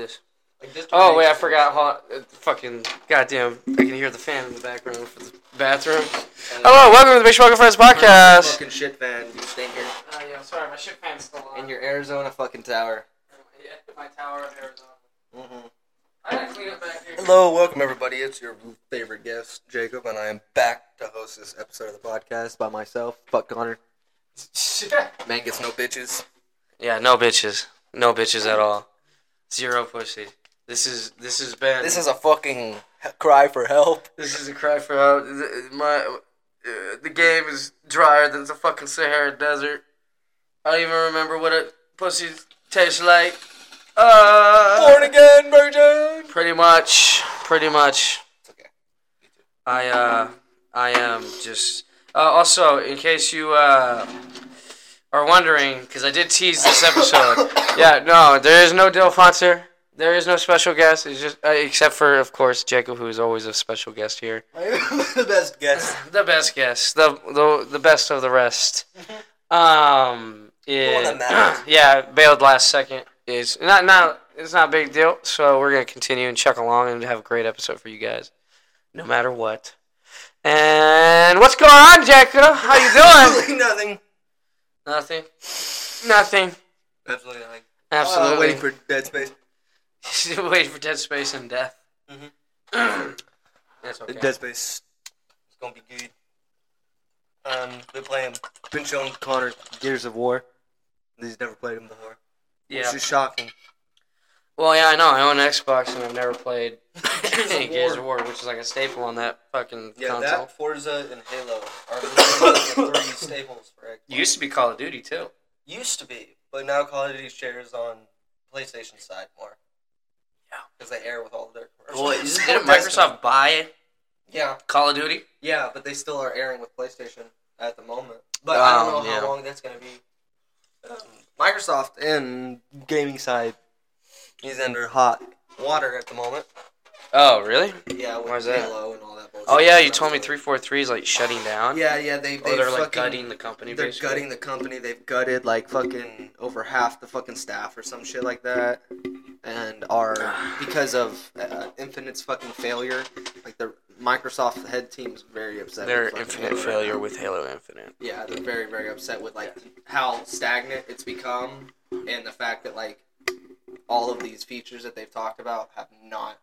this. Like this Oh wait, I direction. forgot. Hold on. Uh, Fucking goddamn! I can hear the fan in the background for the bathroom. And Hello, welcome to the Bitch Walker Friends turn on your podcast. Fucking shit fan. You stink here. Uh, yeah, sorry, my shit fan's still In your Arizona fucking tower. my tower of Arizona. Mm-hmm. I gotta clean up back here. Hello, welcome everybody. It's your favorite guest, Jacob, and I am back to host this episode of the podcast by myself. Fuck Connor. Man gets no bitches. yeah, no bitches, no bitches at all. Zero pussy. This is this has been This is a fucking he- cry for help. This is a cry for help. Th- My uh, the game is drier than the fucking Sahara Desert. I don't even remember what a pussy tastes like. Born Uh, again, virgin. pretty much, pretty much. It's okay. I uh, I am just. Uh, also, in case you uh, are wondering, because I did tease this episode. yeah, no, there is no Del Fonser. There is no special guest. It's just uh, except for, of course, Jacob, who is always a special guest here. I am the best guest. the best guess, the the, the best of the rest. Um, one yeah, that matters. yeah, bailed last second is not not it's not a big deal. So we're gonna continue and chuck along and have a great episode for you guys, no matter what. And what's going on, Jacko? How you doing? Absolutely nothing. Nothing. Nothing. Absolutely nothing. Absolutely. Uh, waiting for Dead Space. Waiting for Dead Space and death. Mhm. That's okay. Dead Space. It's gonna be good. Um, been playing. Been showing Connor Gears of War. He's never played him before. yeah. Which is shocking. Well, yeah, I know. I own an Xbox and I've never played Gears of Gears War. of War, which is like a staple on that fucking Yeah, console. that Forza and Halo are literally the three staples for Xbox. Used to be Call of Duty too. Used to be, but now Call of Duty shares on PlayStation side more. Yeah. because they air with all of their Well, commercials. it's- Didn't Microsoft buy yeah, Call of Duty? yeah, but they still are airing with PlayStation at the moment. But I don't know Um, yeah. how long that's gonna be. Um, Microsoft and gaming side is under hot water at the moment. Oh, really? Yeah, with Why is that? Halo and all that bullshit. Oh yeah, you told me three four three is like shutting down. Yeah, yeah, they Or they they're fucking, like gutting the company. they're basically. gutting the company. They've gutted like fucking over half the fucking staff or some shit like that, and are because of uh, Infinite's fucking failure. Like the Microsoft head team's very upset. Their with fucking infinite Halo right failure now. with Halo Infinite. Yeah, they're very very upset with like how stagnant it's become, and the fact that like all of these features that they've talked about have not.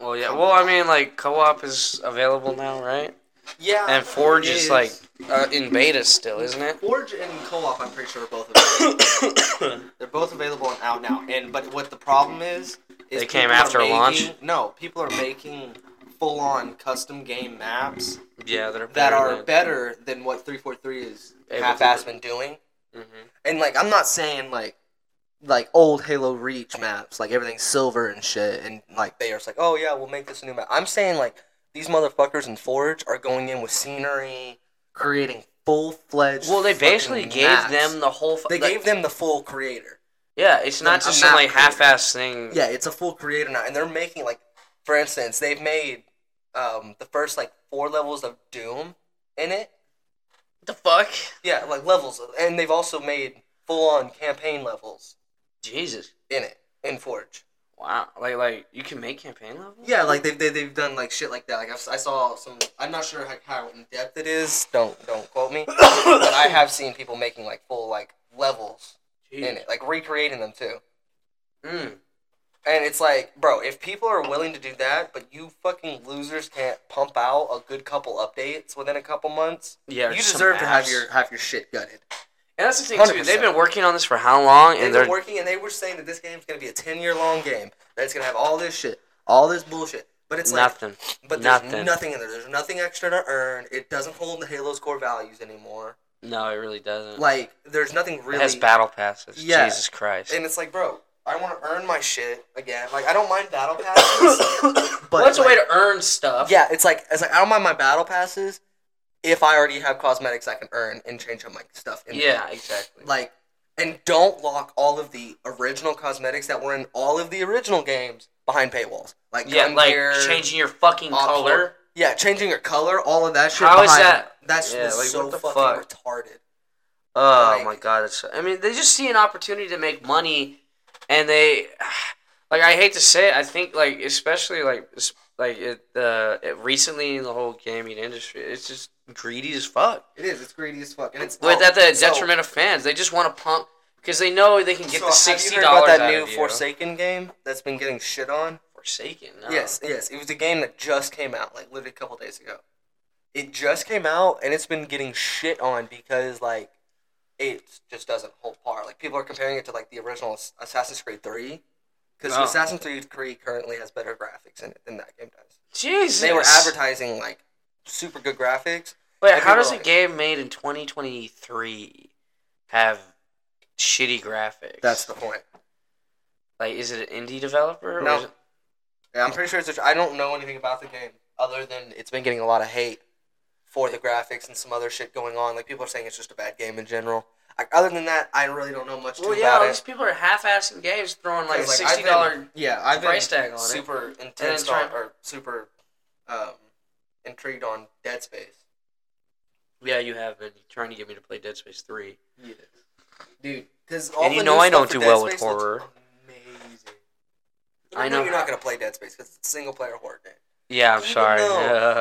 Well, yeah. Well, I mean, like co-op is available now, right? Yeah, And Forge it is like uh, in beta still, isn't it? Forge and co-op. I'm pretty sure are both available. They're both available and out now. And but what the problem is, is They came people are after making- launch? No, people are making full-on custom game maps yeah, they're that are better than what 343 is Able to half-ass been doing. hmm And like, I'm not saying like like old Halo Reach maps, like everything's silver and shit, and like they are just like, oh yeah, we'll make this a new map. I'm saying like these motherfuckers in Forge are going in with scenery, creating full-fledged. Well, they fucking basically gave maps. them the whole. Fu- They like- gave them the full creator. Yeah, it's not a just map some like creator. half-ass thing. Yeah, it's a full creator now, and they're making like, for instance, they've made um, the first like four levels of Doom in it. the fuck? Yeah, like levels, of- and they've also made full on campaign levels Jesus. in it in Forge. Wow. Like like you can make campaign level? Yeah, like they've they, they've done like shit like that. Like I've, I saw some. I'm not sure how, how in depth it is. Don't don't quote me. but I have seen people making like full like levels in it, like recreating them too. Mm. And it's like, bro, if people are willing to do that, but you fucking losers can't pump out a good couple updates within a couple months, Yeah. you just some deserve to have apps. your have your shit gutted. And that's the thing too. 100%. They've been working on this for how long? They've And they're been working, and they were saying that this game's gonna be a ten year long game. That it's gonna have all this shit, all this bullshit. But it's like, nothing. but there's nothing. nothing. in there. There's nothing extra to earn. It doesn't hold the Halo's core values anymore. no, it really doesn't. Like, there's nothing it really. has battle passes. Yeah. Jesus Christ. and it's like, bro, I want to earn my shit again. Like, I don't mind battle passes, but Well, that's like, a way to earn stuff. Yeah, it's like it's like I don't mind my battle passes if I already have cosmetics I can earn and change up my stuff. In Yeah. Exactly. Like, and don't lock all of the original cosmetics that were in all of the original games behind paywalls. Like yeah. gun Like gear, changing your fucking all color. Yeah, changing your color, all of that shit. How is behind- that- That's Yeah, just like, so what the fucking fuck? retarded. Oh Like- my god, it's I mean they just see an opportunity to make money and they like I hate to say it, I think like especially like s- like it, uh, it recently in the whole gaming industry, it's just greedy as fuck. It is. It's greedy as fuck, and it's But oh, at the so- detriment of fans, they just want to pump because they know they can get So, the have sixty you heard about dollars That out new of you. Forsaken game that's been getting shit on. Forsaken. No. Yes, yes. It was a game that just came out, like literally a couple days ago. It just came out and it's been getting shit on because like it just doesn't hold par. Like people are comparing it to like the original Ass- Assassin's Creed Three, because Oh. Assassin's Creed Three currently has better graphics in it than that game does. Jesus. They were advertising like super good graphics. Wait, and how people does are a like- game made in twenty twenty three have shitty graphics? That's the point. like, is it an indie developer? No. Or is it, Yeah, I'm pretty sure it's. A, I don't know anything about the game other than it's been getting a lot of hate for the graphics and some other shit going on. Like people are saying it's just a bad game in general. I, other than that, I really don't know much too well, yeah, all about these it. people are half-assing games, throwing like a 'Cause, like, I've sixty dollar been- yeah, I've been price tag on it. super intense try- on, or super um, intrigued on Dead Space. Yeah, you have been trying to get me to play Dead Space Three. Yes. dude, because And you know I don't do well with horror. Amazing. I I know know- you're not gonna play Dead Space because it's a single player horror game. Yeah, I'm Even sorry. though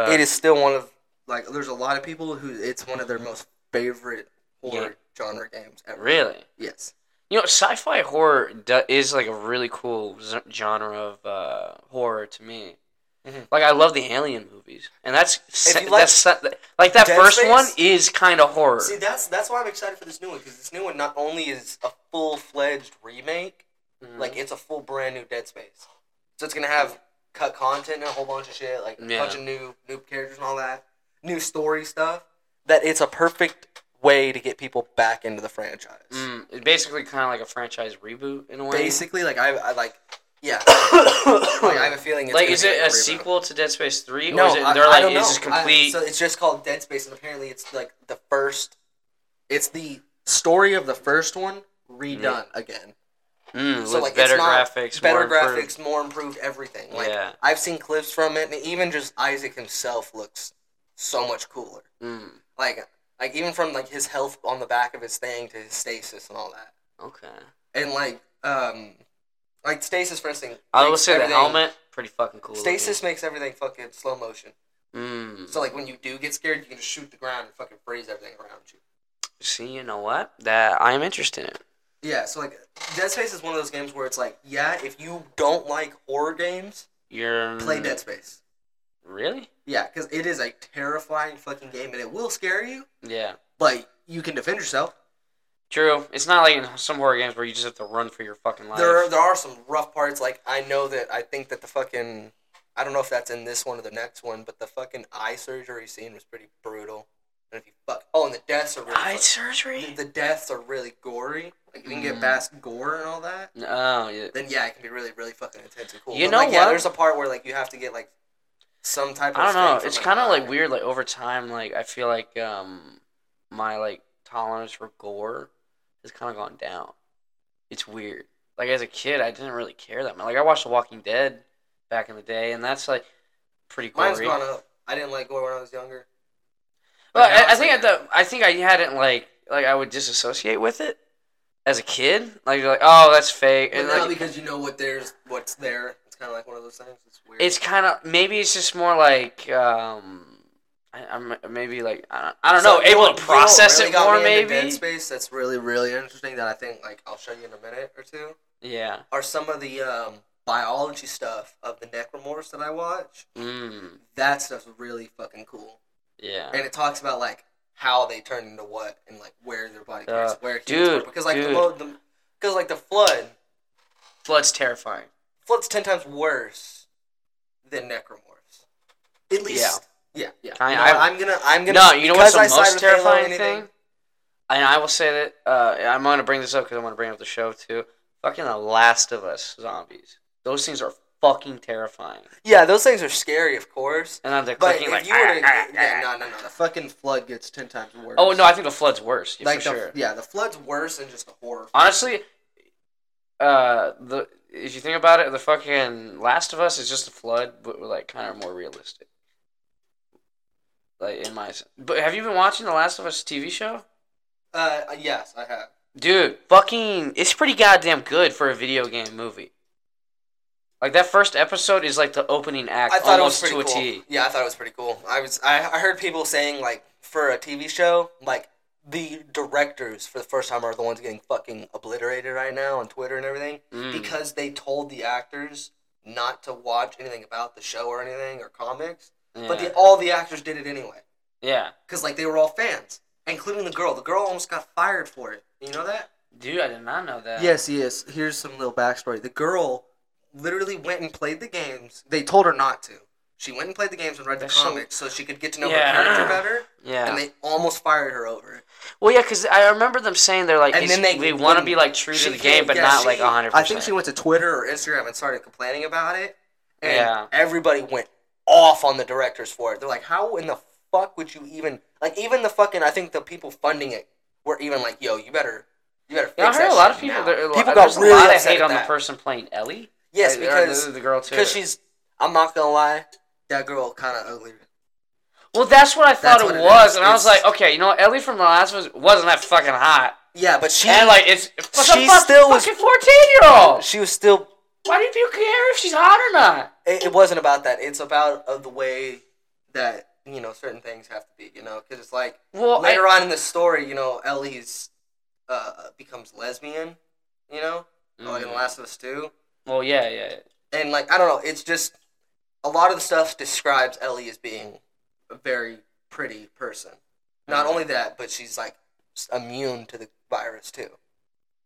Uh, it is still one of like there's a lot of people who it's one of their most favorite horror genre games ever. really. Yes. You know, sci-fi horror do- is like a really cool z- genre of uh, horror to me. Mhm. Like I love the Alien movies, and that's se- you like that's se- like that Dead first Space- one is kind of horror. See, that's that's why I'm excited for this new one because this new one not only is a full fledged remake, Mhm. like it's a full brand new Dead Space, so it's gonna have cut content and a whole bunch of shit, like a Yeah. bunch of new new characters and all that, new story stuff. That it's a perfect way to get people back into the franchise. Mm, it's basically kind of like a franchise reboot in a way. Basically, like I, I like, yeah, like I have a feeling. It's like, gonna is be it a reboot. sequel to Dead Space Three, No, or is it I, they're I like don't know. it's just complete? I- so it's just called Dead Space, and apparently it's like the first. It's the story of the first one redone again. mm, So Mm-hmm. with like better it's not, graphics, better more improved. graphics, more improved everything. Like Yeah. I've seen clips from it, and even just Isaac himself looks so much cooler. Mm, Like like even from like his health on the back of his thing to his stasis and all that, okay, and like um. Like stasis, for instance. I will makes say the everything- helmet pretty fucking cool. looking. Stasis makes everything fucking slow motion. Mm. So like when you do get scared, you can just shoot the ground and fucking freeze everything around you. See, you know what? That I'm interested in. Yeah, so like Dead Space is one of those games where it's like, yeah, if you don't like horror games, You're play Dead Space. Really? Yeah, because it is a terrifying fucking game and it will scare you, Yeah. but you can defend yourself. True. It's not like in some horror games where you just have to run for your fucking life. There are, there are some rough parts. Like I know that I think that the fucking I don't know if that's in this one or the next one, but the fucking eye surgery scene was pretty brutal. And if you fuck, oh, and the deaths are really eye fuck- surgery. the, the deaths are really gory. Like you can get Mm. past gore and all that. No. Oh, Yeah. then yeah, it can be really, really fucking intense and cool. You But, know like, Yeah, what? there's a part where like you have to get like some type of. I don't know. thing from, It's kind of an like eye. weird. Like over time, like I feel like um my like tolerance for gore has kind of gone down. It's weird. Like as a kid, I didn't really care that much. Like I watched The Walking Dead back in the day, and that's like pretty gory. Mine's gone up. I didn't like gore when I was younger. Well, Like, now I, I it's think like- at the I think I hadn't like like I would disassociate with it as a kid. Like you're like, oh, that's fake, But and now like because you know what there's, what's there. It's kind of like one of those things. It's weird. it's kind of maybe it's just more like um I, I'm maybe like I don't, I don't know you able what- to you know process what it got more me into maybe. Dead Space. That's really, really interesting. That I think like I'll show you in a minute or two. Yeah. Are some of the um, biology stuff of the necromorphs that I watch. Mm, That stuff's really fucking cool. yeah. and it talks about like how they turn into what and like where their body parts, Uh, where humans dude, were. because like the dude. mo the because like the flood, Flood's terrifying. flood's ten times worse than necromorphs. At least, yeah, yeah. I- You know I- what, I'm gonna, I'm gonna. no, you know what's the because I most side with Halo terrifying anything- thing? And I will say that uh, I'm going to bring this up because I want to bring up the show too. Fucking The Last of Us zombies. Those things are fucking terrifying. Yeah, those things are scary, of course. And I'm like But clicking if like. you were to, "Ah, ah, yeah, ah." no, no, no, the fucking flood gets ten times worse. Oh no, I think the flood's worse. yeah, like for the, sure. yeah, the flood's worse than just a horror. Honestly, uh, the if you think about it, the fucking Last of Us is just a flood, but like kind of more realistic. Like in my, s- but have you been watching the Last of Us TV show? Uh, yes, I have. Dude, fucking, it's pretty goddamn good for a video game movie. Like that first episode is like the opening act I thought it was almost pretty to a T. cool. Yeah, I thought it was pretty cool. I was I, I heard people saying like for a TV show, like the directors for the first time are the ones getting fucking obliterated right now on Twitter and everything Mm. because they told the actors not to watch anything about the show or anything or comics, yeah. but the, all the actors did it anyway yeah. because like they were all fans, including the girl. The girl almost got fired for it. You know that? Dude, I did not know that. Yes, yes. Here's some little backstory. The girl literally went and played the games. They told her not to. She went and played the games and read the That's so- comics so she could get to know Yeah. her character better. Yeah. And they almost fired her over it. well, yeah, because I remember them saying they're like, And it's- then they we want to wouldn't- be like true to She the game, came- but yeah, not she- like hundred I percent. think she went to Twitter or Instagram and started complaining about it. And Yeah. everybody went off on the directors for it. They're like, how in the fuck would you even like even the fucking I think the people funding it were even like, yo, you better you better fix Yeah, I heard that a lot shit of people. now." There, people there's got a really lot of upset hate at on the that. person playing Ellie. Yes, Or- or because the, the girl too. Because she's, I'm not gonna lie, that girl kind of ugly. well, that's what I thought That's it what it was, is. and I was It's- like, okay, you know, Ellie from The Last was wasn't that fucking hot, Yeah, but she, and like it's she she's still still was- fucking fourteen year old. she was still. Why do you care if she's hot or not? It, it wasn't about that. It's about uh, the way that you know certain things have to be. You know, because it's like Well, I, later on in the story, you know, Ellie's uh, becomes lesbian. You know, Mm-hmm. like in The Last of Us Two, Mm. well, yeah, yeah, and like I don't know, it's just a lot of the stuff describes Ellie as being a very pretty person. Not Mhm. only that, but she's like s- immune to the virus too.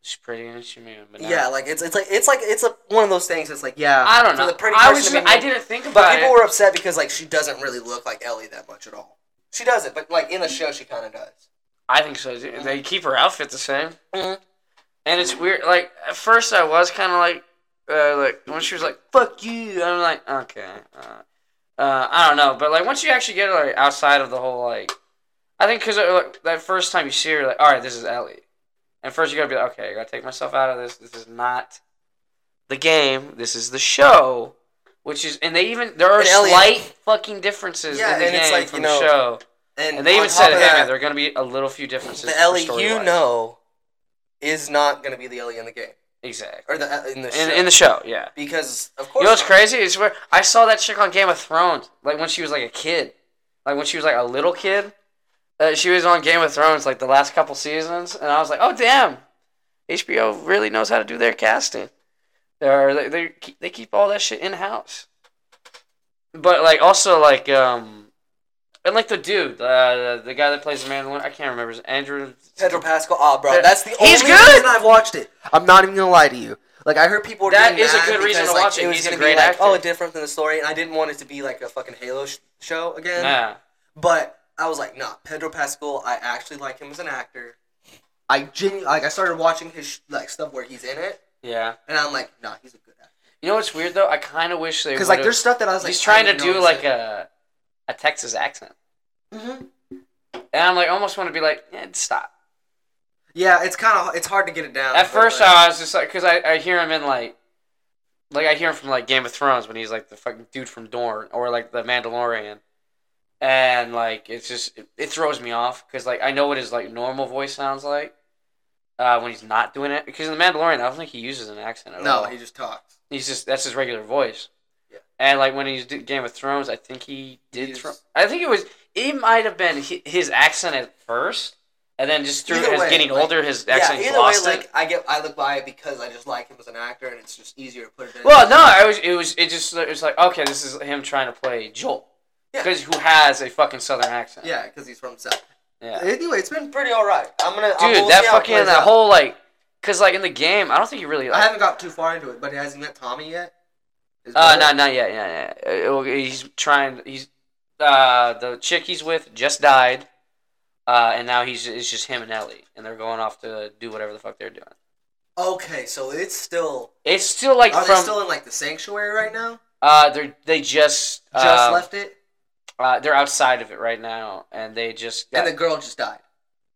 she's pretty and she's mean, but Yeah, like it's it's like it's like it's a, one of those things. It's like yeah, I don't for know. the pretty I person was, to just, be I mean- didn't think But about people it. were upset because like she doesn't really look like Ellie that much at all. She doesn't, but like in the show, she kind of does. I think so. too. They keep her outfit the same, Mhm. and it's weird. Like at first, I was kind of like, uh, like when she was like, "Fuck you," I'm like, okay, uh, uh, I don't know. But like once you actually get like outside of the whole like, I think because like, that first time you see her, like, all right, this is Ellie. And first you gotta be like, okay, I gotta take myself out of this. This is not the game. This is the show. Which is, and they even there are And Ellie- slight fucking differences Yeah, in the and game it's like, you from know, the show. And, And they on even top said, of "Hey man, that, there are gonna be a little few differences." the for Ellie you story-wise." know is not gonna be the Ellie in the game exactly or the in the show in, in the show, yeah. because of You course know what's not. crazy? It's where I saw that chick on Game of Thrones, like when she was like a kid, like when she was like a little kid. Uh, she was on Game of Thrones like the last couple seasons, and I was like, "Oh damn, HBO really knows how to do their casting. They're, they they keep- they keep all that shit in house." But like also like um, and like the dude, uh, the, the guy that plays the Mandalorian, I can't remember, his Andrew Pedro Pascal. Ah, bro, Yeah. that's the He's only good! reason I've watched it. I'm not even gonna lie to you. Like I heard people were That getting is a mad good reason because, to like, watch it. It was He's a gonna great be like, actor. oh, different than the story, and I didn't want it to be like a fucking Halo sh- show again. Nah. But I was like, nah, Pedro Pascal. I actually like him as an actor. I genu- like I started watching his sh- like stuff where he's in it, Yeah. and I'm like, nah, he's a good actor. You know what's weird though? I kind of wish they Because like would've- there's stuff that I was like, he's trying to do like a a Texas accent, hmm and I'm like almost want to be like, yeah, stop. Yeah, it's kind of it's hard to get it down. At but, first, uh, like, I was just like, because I, I hear him in like, like I hear him from like Game of Thrones when he's like the fucking dude from Dorne or like the Mandalorian, and like it's just it, it throws me off because like I know what his like normal voice sounds like. Uh, when he's not doing it, because in the Mandalorian, I don't think he uses an accent at all. no, he just talks. He's just that's his regular voice. Yeah. And like when he did Game of Thrones, I think he did. He's- Thro- I think it was. It might have been hi- his accent at first, and then just through Either his way, getting like- older, his accent lost way, it. like uh, I get, I look by it because I just like him as an actor, and it's just easier to put it in. Well, no, I was. It was. It just. It was like okay, this is him trying to play Joel, Yeah. because who has a fucking southern accent? yeah, because he's from South. Yeah. Anyway, it's been pretty all right. I'm gonna Dude, I'll, we'll that see how it fucking plays that out. uh, whole like, cause like in the game, I don't think you really. I Like, haven't got too far into it, but has he met Tommy yet? His uh, brother? no, not yet. Yeah, yeah. Uh, it'll- he's trying. He's uh, the chick he's with just died, uh, and now he's it's just him and Ellie, and they're going off to do whatever the fuck they're doing. Okay, so it's still. It's still like Are from they still in like the sanctuary right now? uh, they're they just Just um, left it, Uh, they're outside of it right now, and they just got, and the girl just died.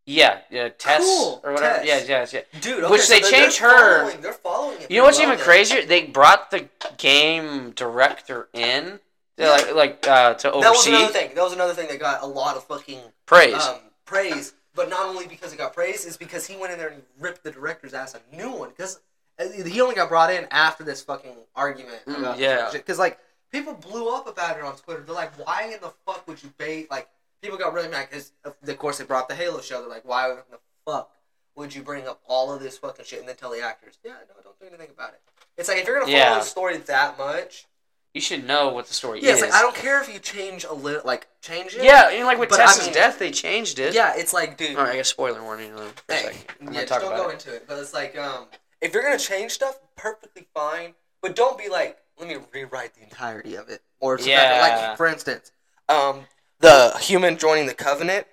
yeah yeah Tess Cool, or whatever Tess. yeah yeah yeah. Dude, Which they they're- changed they're her- Following, they're following it. You know what's pretty even well crazier? They brought the game director in. They're like like uh, to now. That was oversee another thing. That was another thing that got a lot of fucking praise. um, praise, but not only because it got praise, is because he went in there and he ripped the director's ass a new one. Because He only got brought in after this fucking argument. Mm, about yeah. Because like people blew up about it on Twitter. They're like, why in the fuck would you bait? Like people got really mad because of course they brought up the Halo show. They're like, why in the fuck would you bring up all of this fucking shit and then tell the actors, yeah, no, don't do anything about it. It's like if you're gonna follow Yeah. the story that much, You should know what the story yeah, is. it's like I don't care if you change a little, like change it. yeah, and like with But, I Tessa's mean- death, they changed it. yeah, it's like dude. All right, I guess spoiler warning. though, for a Hey, second. I'm yeah, gonna just talk don't go about it. into it. But it's like, um, If you're gonna change stuff, perfectly fine. but don't be like, let me rewrite the entirety of it, or something Yeah. like for instance, um, the human joining the covenant.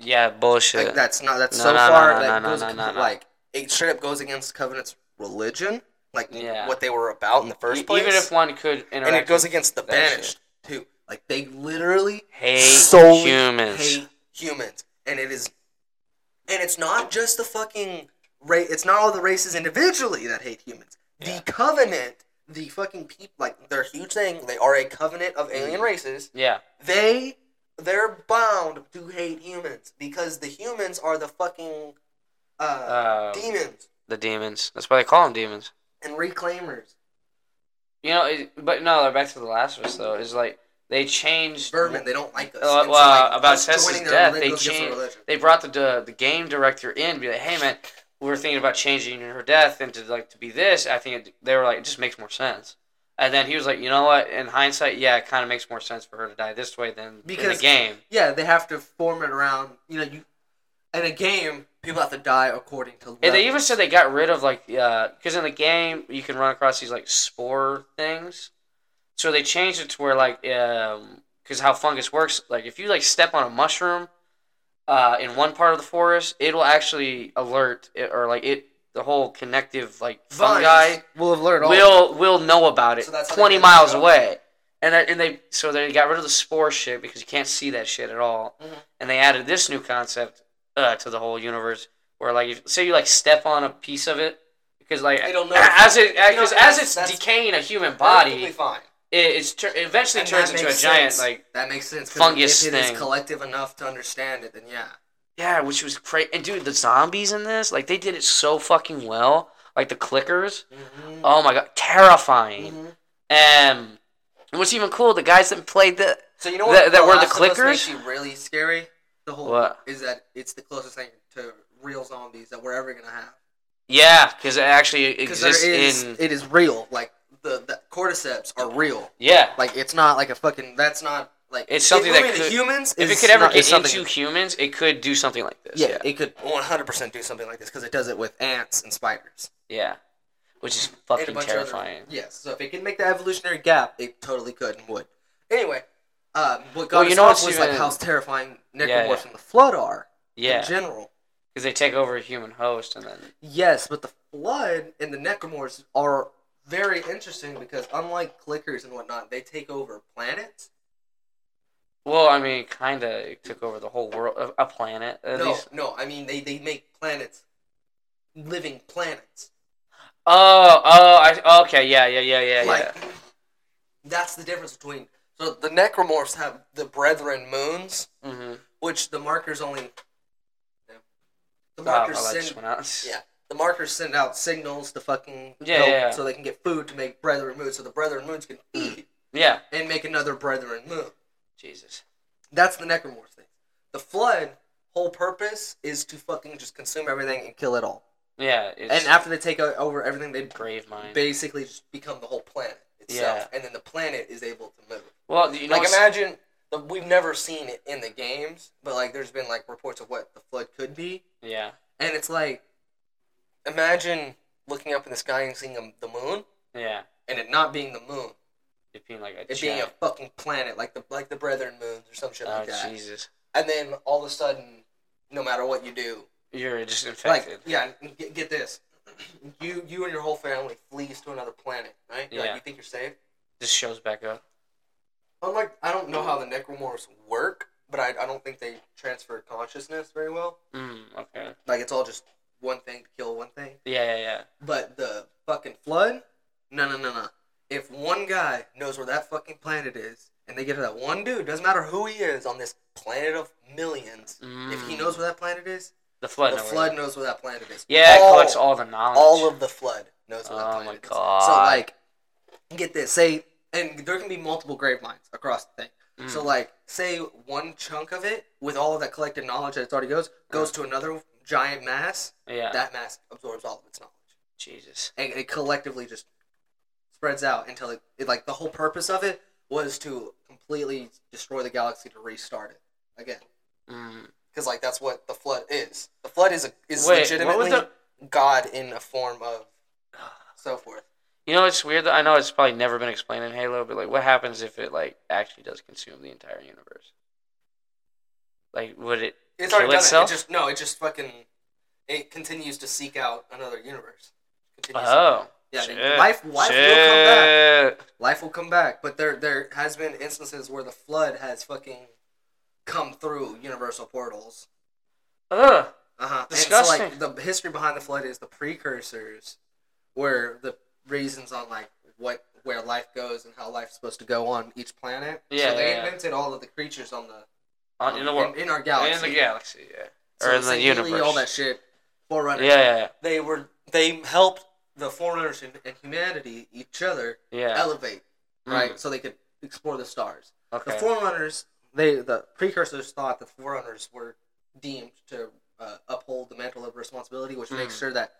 Yeah, bullshit. Like that's not that's No, so no, no, far no, that no, goes no, no, no. like it straight up goes against covenant's religion, like Yeah. what they were about in the first E- place. Even if one could interact, and it goes with against the that shit. banished too. Like they literally hate solely humans. hate humans, and it is, and it's not just the fucking race. It's not all the races individually that hate humans. Yeah. The covenant, the fucking people, like they're a huge thing. They are a covenant of Mm. alien races. Yeah, They they're bound to hate humans because the humans are the fucking uh, uh, demons the demons. That's why they call them demons. and reclaimers. You know, it, but no, they're back to the last of us though. Is like they changed. Vermin, they don't like us. Uh, And so, well, like, about us Tessa's joining their death, they religion goes against their changed- religion. They brought the, the the game director in, to be like, hey man, we were thinking about changing her death into like to be this. I think it, they were like, it just makes more sense. And then he was like, you know what? In hindsight, yeah, it kind of makes more sense for her to die this way than in Because- the game. Yeah, they have to form it around. You know, you in a game, people have to die according to. And they levels. even said they got rid of like because in the game you can run across these like spore things, so they changed it to where like because how fungus works like if you like step on a mushroom, uh, in one part of the forest it will actually alert it, or like it the whole connective like Vines fungi will have learned all. will will know about it So that's how they twenty get miles it out. away, and that, and they so they got rid of the spore shit because you can't see that shit at all, Mhm. and they added this new concept uh, to the whole universe where like if, say you like step on a piece of it because like They don't know. as it because know, as that's- it's that's decaying a human perfectly body, fine. it, it's tur- it eventually And turns that into a makes giant sense. like That makes sense. 'cause fungus if it is thing. collective enough to understand it, then yeah. yeah, which was crazy. And dude, the zombies in this like they did it so fucking well, like the clickers. Mm-hmm. Oh my god, terrifying. Mhm. Um, and what's even cool, the guys that played the So you know That- what? that were the Last of Us clickers? Makes you really scary. The whole What? is that it's the closest thing to real zombies that we're ever gonna have. Yeah, because it actually Because there exists is, in. it is real. Like the, the cordyceps are real. yeah. Like it's not like a fucking. That's not like It's something that moving to could- humans. If it is could ever not- is get something- into humans, it could do something like this. yeah, Yeah. it could 100% do something like this because it does it with ants and spiders. Yeah. Which is And a fucking bunch of other- terrifying. yes, so if it can make the evolutionary gap, it totally could and would. Anyway, um, what got Well, you us know off what's was even- like how terrifying necromorphs Yeah, yeah. and the flood are Yeah. in general. Because they take over a human host and then. Yes, but the flood and the necromorphs are very interesting because unlike clickers and whatnot, they take over planets. Well, I mean, kind of. It took over the whole world, a- a planet. At no, least. no, I mean they, they make planets, living planets. Oh, oh, I, okay. Yeah, yeah, yeah, yeah, like, yeah. That's the difference between. So the necromorphs have the brethren moons, Mm-hmm. which the markers only. The Oh, I markers like this send. one out. Yeah. The markers send out signals to fucking Yeah, help yeah, yeah. so they can get food to make brethren moons, so the brethren moons can eat Yeah. and make another brethren moon. Jesus. That's the necromorph thing. The flood whole purpose is to fucking just consume everything and kill it all. Yeah. It's and after they take o- over everything, they grave mind. basically just become the whole planet itself, Yeah. and then the planet is able to move. well, you know. like what's- imagine the, we've never seen it in the games, but like there's been like reports of what the flood could be, yeah. and it's like imagine looking up in the sky and seeing um, the moon, Yeah. and it not being the moon, It being like a. it being a giant- fucking planet like the like the brethren moons or some shit Oh, like that, Jesus. and then all of a sudden, no matter what you do, You're just infected. Like, yeah, and get, get this. You you and your whole family flees to another planet, right? You're Yeah. Like, you think you're safe? this shows back up. Unlike, I don't know how the necromorphs work, but I, I don't think they transfer consciousness very well. Mm, okay. Like, it's all just one thing to kill one thing. Yeah, yeah, yeah. But the fucking flood? No, no, no, no. If one guy knows where that fucking planet is, and they get to that one dude, doesn't matter who he is on this planet of millions, if he Mm. knows where that planet is, The flood. the knows. flood knows where that planet is. Yeah, it All- collects all the knowledge. all of the flood. knows what I'm Oh playing my against. god. So like, get this. Say, and there can be multiple grave mines across the thing. Mm. So like, say one chunk of it, with all of that collected knowledge that it already goes, goes to another giant mass. yeah. That mass absorbs all of its knowledge, Jesus. and it collectively just spreads out until it, it like the whole purpose of it was to completely destroy the galaxy to restart it again. Mm. Because like that's what the flood is. The flood is a, is Wait, what was legitimately the? God in a form of so forth. You know, it's weird. That I know it's probably never been explained in Halo, but like, what happens if it like actually does consume the entire universe? Like, would it? It's Kill already done itself? it. It just no, it just fucking it continues to seek out another universe. Continues- Oh, yeah, shit. life life shit. will come back. Life will come back, but there there has been instances where the flood has fucking come through universal portals. Ugh. Uh-huh. And Disgusting. so, like, the history behind the flood is the precursors were the reasons on, like, what where life goes and how life's supposed to go on each planet. Yeah, So they yeah, yeah. invented all of the creatures on the... On- in the world, Um, In, our in, galaxy. the galaxy, yeah, So or in the Sinclair, universe. All that shit. Forerunner. yeah, yeah, They were... They helped the Forerunners and, and humanity, each other, yeah. yeah. elevate, Mm. right? So they could explore the stars. The Okay. Forerunners... They, the precursors thought the Forerunners were deemed to uh, uphold the mantle of responsibility, which makes Mm. sure that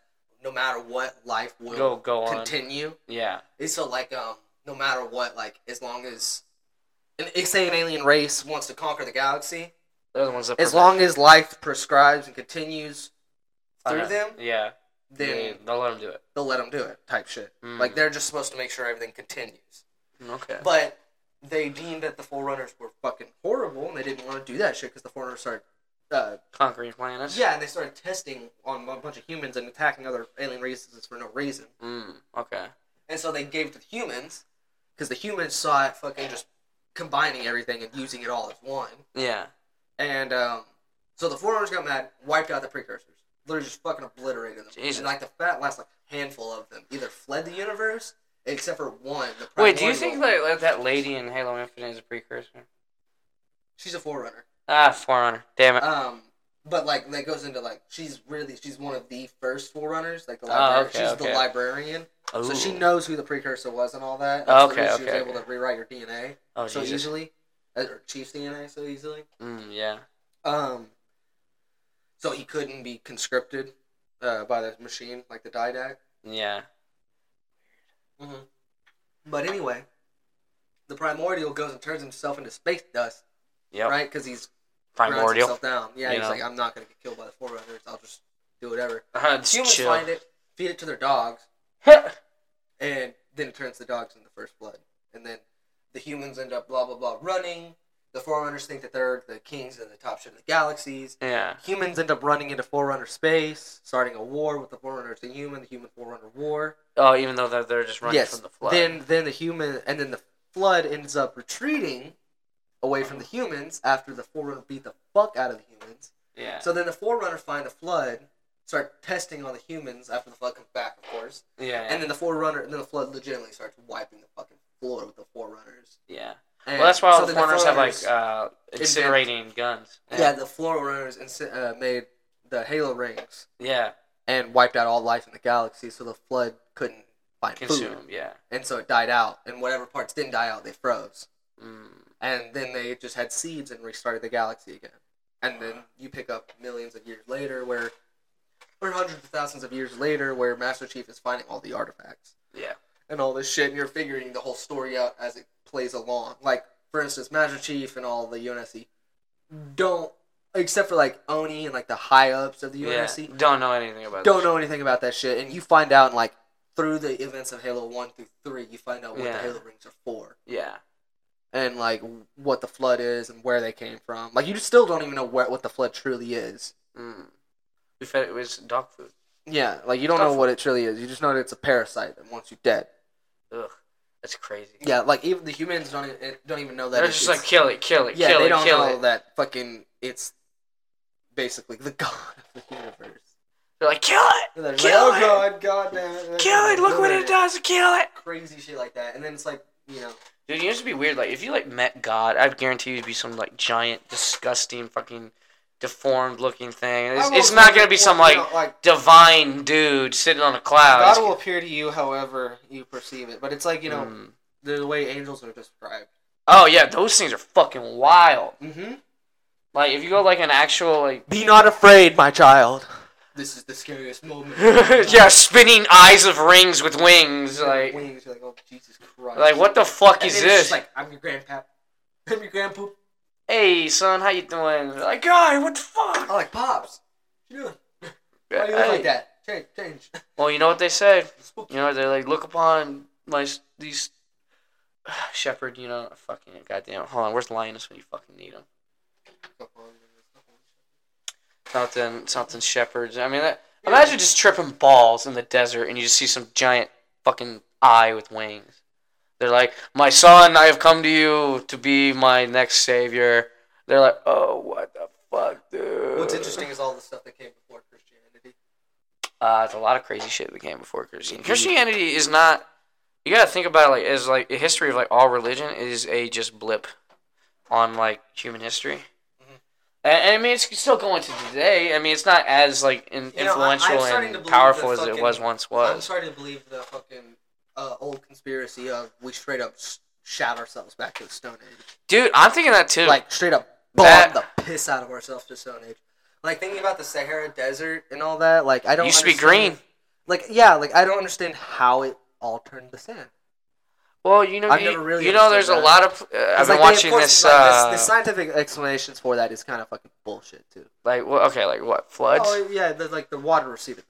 no matter what, life will go go on. continue. Yeah. It's so like um, no matter what, like as long as, and it- say an alien race wants to conquer the galaxy, They're the ones that as prevent- long as life prescribes and continues through Okay. them, Yeah. then Uh-huh. yeah, they'll let them do it. they'll let them do it. Type shit. Mm. Like they're just supposed to make sure everything continues. Okay. But they deemed that the Forerunners were fucking horrible, and they didn't want to do that shit because the Forerunners started. Uh, Conquering planets. Yeah, and they started testing on a bunch of humans and attacking other alien races for no reason. Mm, okay. And so they gave it to the humans because the humans saw it fucking just combining everything and using it all as one. Yeah. And um, so the Forerunners got mad, wiped out the precursors. Literally just fucking obliterated them. Jesus. And like the fat last like handful of them either fled the universe, except for one. The Wait, do you primordial- think like, like that lady in Halo Infinite is a precursor? she's a Forerunner? Ah, Forerunner. Damn it. Um, but like that goes into like she's really she's one of the first Forerunners, like the Oh, librarian. okay, she's okay. the librarian. So Ooh. she knows who the precursor was and all that. Oh, That's okay, the reason She okay, was able to rewrite your DNA Oh, so Jesus. easily, uh, or Chief's DNA so easily. Mm, yeah. Um, so he couldn't be conscripted uh, by the machine like the Didact. Yeah. Mm-hmm. But anyway, the primordial goes and turns himself into space dust, Yep. right? Because he's grinds Primordial. himself down. Yeah, You he's know. like, I'm not gonna get killed by the Forerunners. I'll just do whatever. Uh, just Humans chill. find it, feed it to their dogs, and then it turns the dogs into first blood. And then the humans end up blah blah blah running. The forerunners think that they're the kings and the top shit of the galaxies. yeah. Humans end up running into forerunner space, starting a war with the forerunners and human, the human forerunner war. Oh, even though they're, they're just running yes. from the flood. Then then the human and then the flood ends up retreating away from the humans after the forerunner beat the fuck out of the humans. yeah. So then the forerunner find the flood, start testing on the humans after the flood comes back, of course. yeah. Yeah. And then the forerunner, and then the flood legitimately starts wiping the fucking floor with the forerunners. yeah. And Well, that's why all so the then Forerunners have like Forerunners- uh, incinerating guns. yeah, the forerunners insi- uh, made the Halo rings Yeah. and wiped out all life in the galaxy, so the flood couldn't find Consume. food, Yeah. and so it died out. And whatever parts didn't die out, they froze, Mm. and then they just had seeds and restarted the galaxy again. And then you pick up millions of years later, where or hundreds of thousands of years later, where Master Chief is finding all the artifacts. Yeah. and all this shit, and you're figuring the whole story out as it plays along. Like, for instance, Master Chief and all the UNSC don't, except for like Oni and like the high ups of the yeah. UNSC, Don't know anything about. don't this. know anything about that shit. And you find out, like, through the events of Halo 1 through 3, you find out what Yeah. the Halo rings are for. Yeah. And like what the flood is and where they came from. Like you still don't even know what what the flood truly is. Mm. We fed it was dog food. Yeah, like you don't know Stuff. what it truly is. You just know that it's a parasite that wants you dead. Ugh. That's crazy. Yeah, like even the humans don't even, don't even know that. They're it's- just it's- like kill it, kill it, yeah, kill they it, don't kill know it. that fucking it's basically the god of the universe. They're like kill it, And they're just Kill like, it! oh god, god damn it, kill it. Look what it does, kill it. Crazy shit like that, and then it's like you know, Dude, it used to be weird. Like if you like met God, I would guarantee you'd be some like giant, disgusting fucking deformed looking thing. It's, I will it's not gonna say be that, some well, like you know, like divine dude sitting on a cloud. God will appear to you however you perceive it, but it's like you know Mm. the way angels are described. Oh yeah, those things are fucking wild. Mm-hmm. Like if you go like an actual like Be not afraid, my child. This is the scariest moment. yeah, spinning eyes of rings with wings. Like, wings. You're like, oh Jesus Christ! like what the fuck And is then it's just this? like, I'm your grandpa. I'm your grandpoop. hey, son, how you doing? Like, God, what the fuck? I like pops. What you doing? Why do Oh, you Hey. look like that? Change, change. Well, you know what they say. Spooky. You know they like look upon my s- these shepherd. You know, fucking goddamn. Hold on, where's Linus when you fucking need him? Something, something shepherds. I mean, that, imagine just tripping balls in the desert and you just see some giant fucking eye with wings. They're like, my son, I have come to you to be my next savior. They're like, oh, what the fuck, dude. What's interesting is all the stuff that came before Christianity. Uh, there's a lot of crazy shit that came before Mm-hmm. Christianity. Christianity is not. You gotta think about it like as like the history of like all religion is a just blip on like human history. Mm-hmm. And, and I mean, it's still going to today. I mean, it's not as like in, You know, I- influential I'm starting to and believe powerful that as it fucking- was once I'm was. starting to believe the fucking uh, old conspiracy of we straight up s- shot ourselves back to the Stone Age. Dude, I'm thinking that too. Like straight up That- bombed the piss out of ourselves to Stone Age. Like thinking about the Sahara Desert and all that. Like I don't. used to be understand- green. Like yeah, like I don't understand how it all turned to sand. Well, you know, I've you, never really you know, there's understood a that. lot of. Uh, I've been It's like, they- of watching course, this. like, Uh, the scientific explanations for that is kind of fucking bullshit too. like, well, okay, like what floods? Oh yeah, the, like the water receded.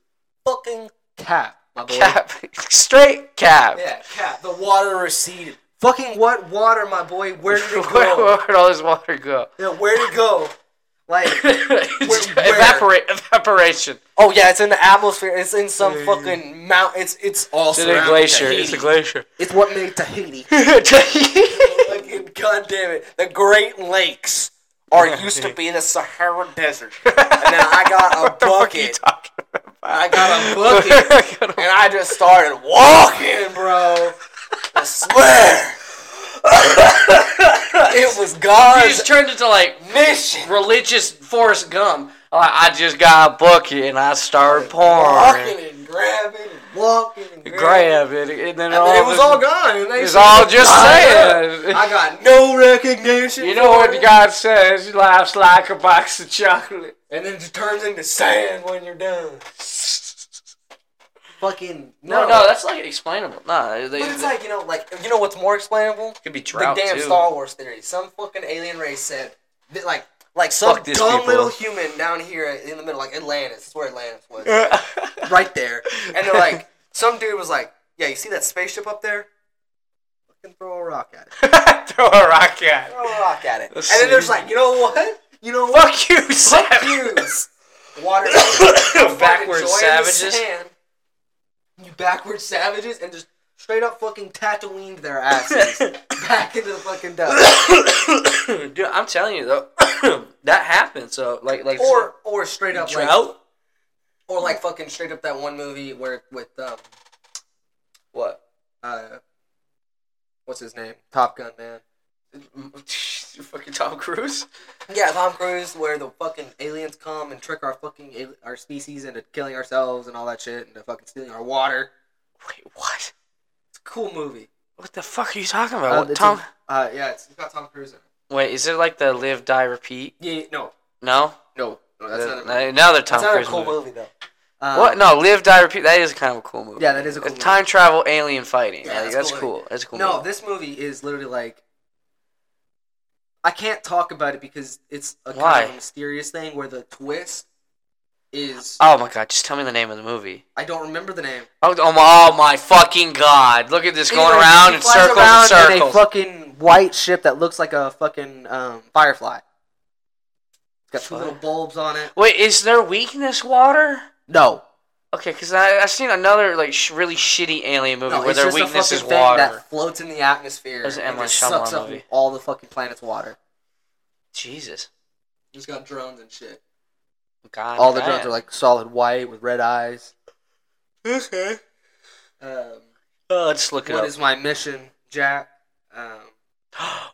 Fucking cap, my boy. cap, straight cap. Yeah, cap. The water receded. Fucking what water, my boy? Where did it Where, go? where'd all this water go? yeah, where'd it go? Like, It's where- evaporate evaporation. oh yeah, it's in the atmosphere. It's in some Yeah. fucking mountain. It's it's all It's a surrounding glacier. Tahiti. It's a glacier. It's what made Tahiti. Fucking God damn it! The Great Lakes are used to be the Sahara Desert, and then I got a bucket. I got a bucket, and I just started walking, bro. I swear, it was You God's just turned into like mission. religious Forrest Gump. Like, I just got a bucket and I started pouring. walking and grabbing and walking and grabbing. Grab it, and then And all then it was this- all gone. And they It's said, all just "God, sand. I got no recognition. You know what for it." God says? Life's like a box of chocolate. And then it just turns into sand when you're done. Fucking No, no, that's like explainable. Nah, they, But it's like you know, like you know what's more explainable? could be The drought damn too. Star Wars theory. Some fucking alien race said, that, like, like some Fuck these dumb people. little human down here in the middle, like Atlantis. That's where Atlantis was. right there. And they're like, some dude was like, yeah, you see that spaceship up there? Fucking throw a rock at it. Throw a rock at. it. Throw a rock at it. Let's and then there's see. like, you know what? You know what? Fuck you, Sam. Use water. Backward Fucking joy in the savages. sand. You backward savages and just straight up fucking Tatooined their asses back into the fucking dust. Dude, I'm telling you though, that happened. So like, like Or or straight up like drought. or like fucking straight up that one movie where with um what? uh what's his name? Top Gun man. Fucking Tom Cruise. Yeah, Tom Cruise, where the fucking aliens come and trick our fucking al- our species into killing ourselves and all that shit, into fucking stealing our water. Wait, what? It's a cool movie. What the fuck are you talking about? Uh, What- it's Tom. a- uh, yeah, it's, it's got Tom Cruise in it. Wait, is it like the live, die, repeat? Yeah, no, No, no, no, that's The- not. A, uh, another Tom that's not a Cruise cool movie. movie, though. Um, what? No, live, die, repeat. That is kind of a cool movie. Yeah, that is a cool It's time travel, alien fighting. Yeah, like, that's that's cool. cool. That's a cool. No, movie. this movie is literally like. I can't talk about it because it's a Why? kind of a mysterious thing where the twist is Oh my god! Just tell me the name of the movie. I don't remember the name. Oh, oh my, oh my fucking god! Look at this going Anyway, around he in flies circles around and circles. In a fucking white ship that looks like a fucking um, firefly. It's got two Fuck. little bulbs on it. Wait, is there weakness water? No, Okay, because I've seen another like sh- really shitty alien movie no where it's their just a weakness is fucking thing water. that floats in the atmosphere There's an and M. just Night Shyamalan sucks up movie. all the fucking planet's water. Jesus, Just got drones and shit. god. all the damn. drones are like solid white with red eyes. Okay. Um, Oh, let's look it what up. is my mission, Jack? Um,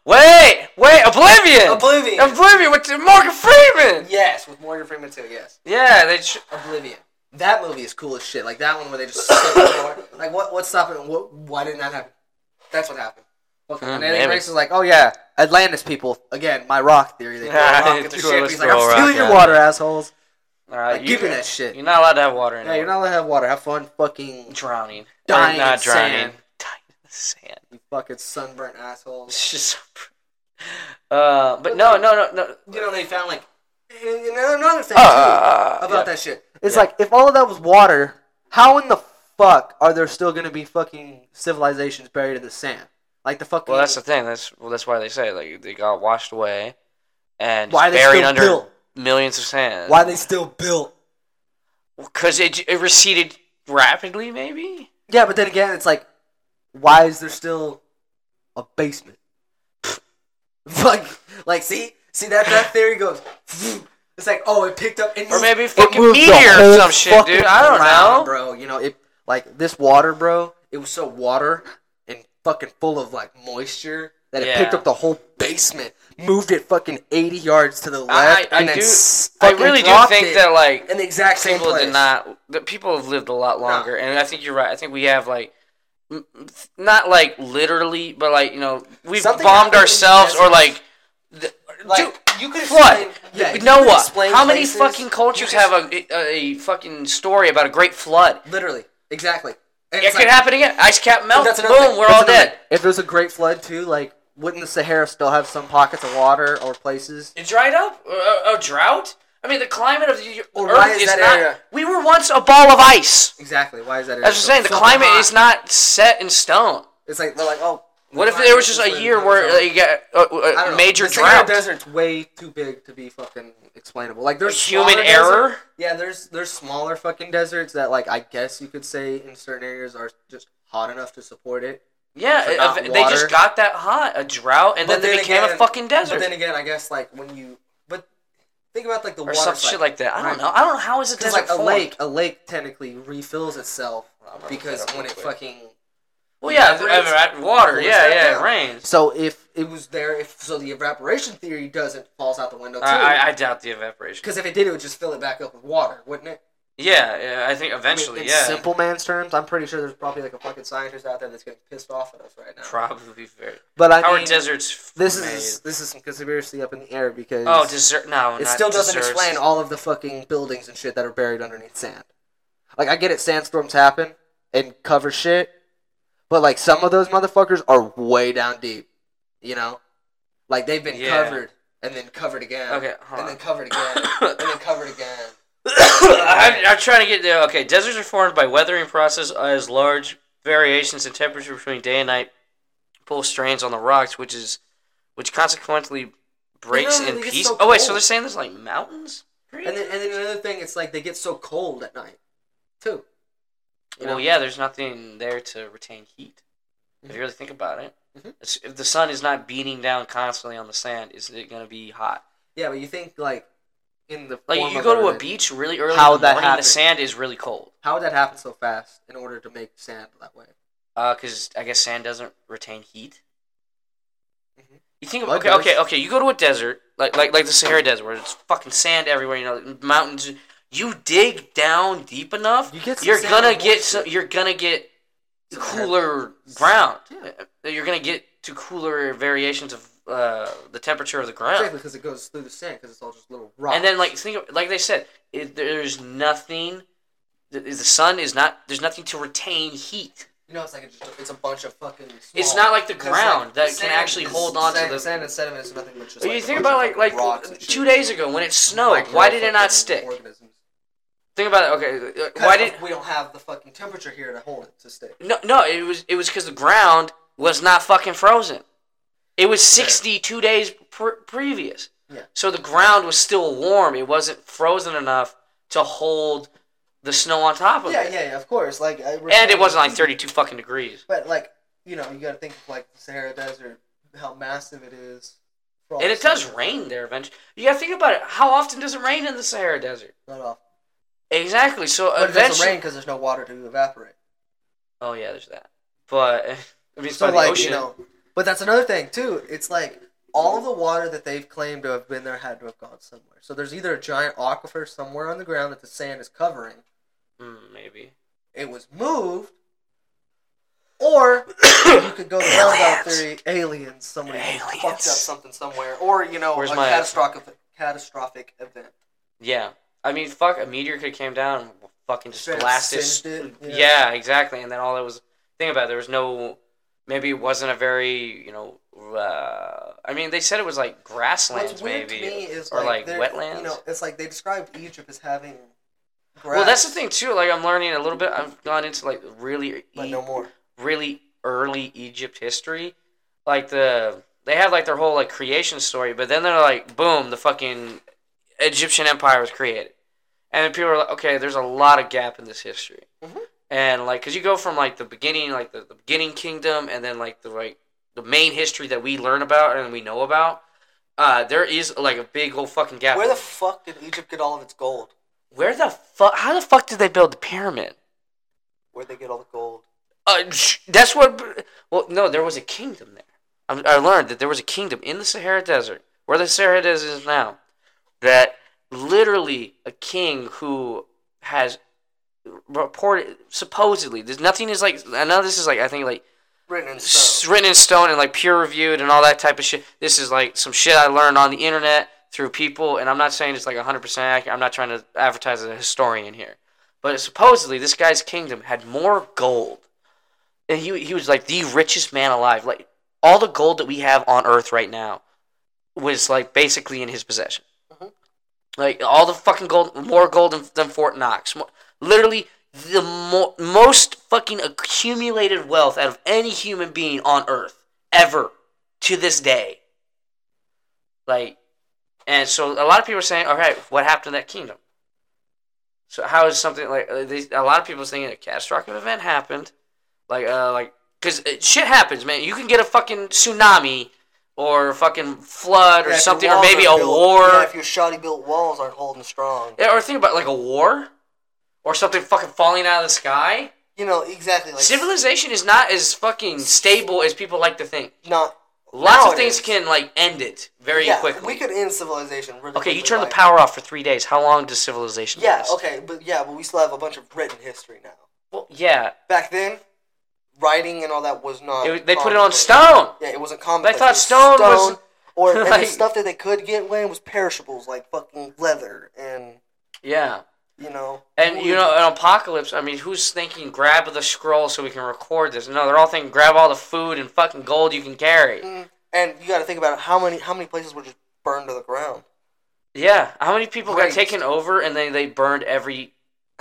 wait, wait, a Oblivion. Oblivion. Oblivion with Morgan Freeman. yes, with Morgan Freeman too. Yes, Yeah, they. Tr- Oblivion. That movie is cool as shit. Like that one where they just suck the door. like what what's stopping? What why didn't that happen? That's what happened. Okay. Mm, and Eddie maybe. Grace is like, oh yeah, Atlantis people again. My rock theory. They threw a rock at the Threw a ship. little He's like, I'm rock stealing at your it." water, assholes. All right, Like, give me that shit. You're not allowed to have water in Yeah, it. you're not allowed to have water. Have fun, fucking drowning. dying Or not in drowning. sand. Dying in the sand. You fucking sunburnt assholes. It's just. Uh, but no, no, no, no. You know they found like and- and another thing too, Uh, about yeah. that shit. It's Yeah. like if all of that was water, how in the fuck are there still gonna be fucking civilizations buried in the sand? Like the fucking Well, that's the thing. That's well, that's why they say like they got washed away, and why they buried still under built. millions of sand. Why they still built. Because it it receded rapidly, maybe. Yeah, but then again, it's like, why is there still a basement? like, like, see, see that that theory goes. It's like, oh, it picked up, it Or moved- maybe it fucking moved the meteor or whole some shit, fucking dude. I don't ground, know. bro. You know, it like this water, bro. It was so water and fucking full of like moisture that it picked Yeah. up the whole basement, moved it fucking eighty yards to the left, I and then do- s- I fucking really do dropped think it that like in the exact same people place. did not. The people have lived a lot longer, and I think you're right. I think we have like. m- m- Not like literally, but like you know, we've Something bombed happened in ourselves, or Jessica's- like, the, Like, dude, you could flood. Yeah, you Noah. could How explain many places. fucking cultures You could- have a, a a fucking story about a great flood? Literally, exactly. And It it's could like- happen again. Ice cap melt. That's Boom. another thing. We're That's all another dead. thing. If there's a great flood too, like wouldn't the Sahara still have some pockets of water or places? It dried up. A, a drought. I mean, the climate of the Well, Earth why is, is that not. area- We were once a ball of ice. Exactly. Why is that? That's what I'm saying. The climate is not set in stone. It's like they're like, oh. What if there was just a year where like, you got I a, don't a know. major the Sahara drought? Desert's way too big to be fucking explainable. Like there's Human smaller error. deserts- Yeah, there's there's smaller fucking deserts that like I guess you could say in certain areas are just hot enough to support it. Yeah, For not ev- they water. just got that hot, a drought, and But then they then became a again- fucking But desert then again, I guess like when you but think about like the or water some cycle. shit like that. I Right. don't know. I don't know how is a Because desert like a formed? lake, a lake technically refills itself because when it fucking Well, yeah, evaporates, evaporates, water. cools Yeah, back yeah, down. it rains. So if it was there, if so, the evaporation theory doesn't falls out the window too. I, I- I doubt the evaporation. Because if it did, it would just fill it back up with water, wouldn't it? Yeah, yeah, I think I mean, eventually, in yeah. simple man's terms, I'm pretty sure there's probably like a fucking scientist out there that's getting pissed off at us right now. Probably very. But I How are mean, deserts f- this made? is this is some conspiracy up in the air because oh, desert. No, it not still doesn't desserts. explain all of the fucking buildings and shit that are buried underneath sand. Like I get it, sandstorms happen and cover shit, but like some of those motherfuckers are way down deep. You know, like they've been Yeah. covered and then covered again, Okay, hold and then on. covered again, and then covered again. I'm, I'm trying to get there. Okay, deserts are formed by weathering process as large variations in temperature between day and night pull strains on the rocks, which is which consequently breaks Yeah, in it gets pieces. so oh wait, so cold. they're saying there's like mountains? And then and then another thing, it's like they get so cold at night, too. you well, know? Mm-hmm. yeah, there's nothing there to retain heat. If you really think about it, Mhm. It's- if the sun is not beating down constantly on the sand, is it going to be hot? Yeah, but you think like in the Like form you of go to a Earth, beach really early How in the that morning, the happened. sand is really cold. How would that happen so fast in order to make sand that way? because Uh, I guess sand doesn't retain heat. Mhm. You think Mud okay, does. okay, okay. You go to a desert like like like the Sahara Desert, where it's fucking sand everywhere. You know, mountains. You dig down deep enough, You get some you're sand gonna and get moisture. some, you're gonna get Some cooler ground. Uh, You're gonna get to cooler variations of uh, the temperature of the ground. Exactly, because it goes through the sand, because it's all just little rocks. Ah. And then, like think, of, like they said, it, there's nothing. The, the sun is not. There's nothing to retain heat. you know, it's like a, just, it's a bunch of fucking. It's small- not like the Because, ground like, that the can sand actually is- hold on to sand, the. sand and sediment is nothing but just. But like, you a think bunch about like of like rocks and two shit. days ago when it snowed, Micro why did it not fucking stick? organisms. Think about it. Okay, uh, 'Cause why did we don't have the fucking temperature here to hold it to stick? no no? It was it was because the ground was not fucking frozen. It was sixty two days pr- previous. Yeah. So the ground was still warm. It wasn't frozen enough to hold the snow on top of Yeah, it. yeah, yeah. Of course, like. I And it wasn't like thirty two fucking degrees. But like, you know, you got to think of like the Sahara Desert, how massive it is. for all And the it does sand. rain there eventually. You gotta think about it. How often does it rain in the Sahara Desert? Not off. Exactly. So uh, But it doesn't eventually, rain because there's no water to evaporate. oh yeah, there's that. But I mean, it's So by the like ocean. you know, but that's another thing too. It's like all of the water that they've claimed to have been there had to have gone somewhere. So there's either a giant aquifer somewhere on the ground that the sand is covering. Mm, maybe. It was moved, or you could go the roundabout theory: aliens. Somebody fucked up fucked up something somewhere, or you know, Where's a my catastrophic catastrophic event. Yeah. I mean, fuck, a meteor could have came down and fucking just Straight up blasted. singed it, yeah. exactly. And then all that was. Think about it. There was no. Maybe it wasn't a very, you know. Uh, I mean, they said it was like grasslands, What's weird maybe. to me is or, like, they're- wetlands. You know, it's like they described Egypt as having. Grass, well, that's the thing, too. Like, I'm learning a little bit. I've gone into, like, really. But e- no more. really early Egypt history. Like the they have like their whole like creation story, but then they're like, boom, the fucking Egyptian Empire was created, and then people are like, okay, there's a lot of gap in this history, Mhm. and like, cause you go from like the beginning, like the, the beginning kingdom, and then like the like the main history that we learn about and we know about. Uh, there is like a big old fucking gap. Where the fuck did Egypt get all of its gold? where the fuck? How the fuck did they build the pyramid? Where'd they get all the gold? Uh, sh- that's what. Well, no, there was a kingdom there. I, I learned that there was a kingdom in the Sahara Desert, where the Sahara Desert is now, that literally a king who has reported supposedly there's nothing is like I know this is like I think like Written in s stone. written in stone and like peer reviewed and all that type of shit. This is like some shit I learned on the internet through people, and I'm not saying it's like 100% accurate. I'm not trying to advertise as a historian here. But supposedly, this guy's kingdom had more gold. And he, he was like the richest man alive. Like, all the gold that we have on Earth right now was like basically in his possession. Like, all the fucking gold, more gold than, than Fort Knox. Mo- literally, the mo- most fucking accumulated wealth out of any human being on Earth ever to this day. Like, and so a lot of people are saying, all right, what happened to that kingdom? So how is something like uh, they, a lot of people's thinking a catastrophic event happened, like uh like because shit happens, man. You can get a fucking tsunami or a fucking flood or Yeah, if your something, or walls maybe a aren't built- war. Yeah, if your shoddy built walls aren't holding strong. Yeah, or think about like a war, or something fucking falling out of the sky. You know exactly like Civilization is not as fucking stable as people like to think. not Lots Now of it things is. can like end it very yeah, quickly. We could end civilization really okay, you quickly, turn the like- power off for three days. How long does civilization Yeah, last? okay, but yeah, but we still have a bunch of written history now. Well, yeah, Back then, writing and all that was not. It was- they put it on commonplace. stone. Yeah, it wasn't common. They place. thought It was stone was- or and like- the stuff that they could get Wayne was perishables like fucking leather and Yeah, you know. and you wood. know, an apocalypse. I mean, who's thinking grab the scroll so we can record this? No, they're all thinking grab all the food and fucking gold you can carry. Mm, and you got to think about how many how many places were just burned to the ground. Yeah, how many people Great. got taken over and then they burned every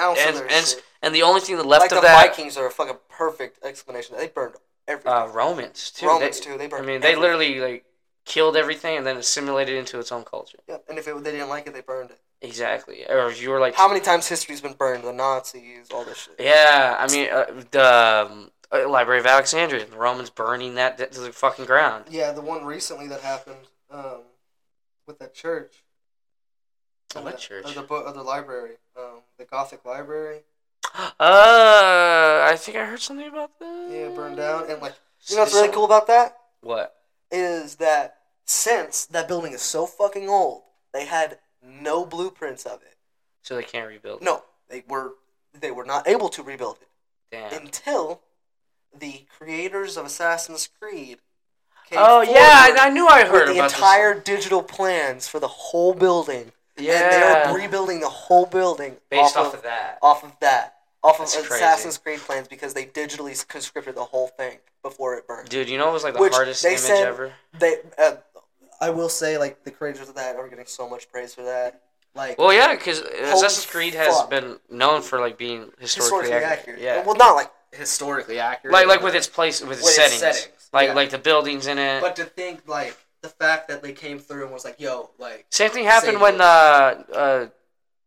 Ounce of and their and, shit. and the only thing that left like the of that Vikings are a fucking perfect explanation. They burned everything. uh, Romans too. Romans They- too. They I burned. mean, they everything. literally like killed everything and then assimilated into its own culture. Yeah, and if it, they didn't like it, they burned it. Exactly. Or if you were like, How many times history's been burned? The Nazis, all this shit. Yeah, I mean, uh, the um, uh, Library of Alexandria, the Romans burning that to the fucking ground. Yeah, the one recently that happened um, with that church. Oh, What church? Or the, bo- or the library. Um, the Gothic library. Uh, I think I heard something about that. Yeah, burned down. And, like, You know what's really cool about that What? is that since that building is so fucking old, they had no blueprints of it. So they can't rebuild. it. No, they were they were not able to rebuild it. Damn. until the creators of Assassin's Creed came Oh forward yeah, I, I knew I heard with the about this. entire digital plans for the whole building. And Yeah. they were rebuilding the whole building Based off, off of that. off of that. Off of That's crazy. Assassin's Creed plans because they digitally conscripted the whole thing before it burned. Dude, you know it was like the Which hardest they image said- ever. They, uh, I will say, like the creators of that are getting so much praise for that. Like Well, yeah, because Assassin's Holy Creed has fuck. been known for like being historically, historically accurate. accurate. Yeah. Well, not like Historically accurate. Like like with its place with its With its settings. settings, Like yeah. like the buildings in it. But to think, like, the fact that they came through and was like, yo, like, Same thing happened Same when thing. uh,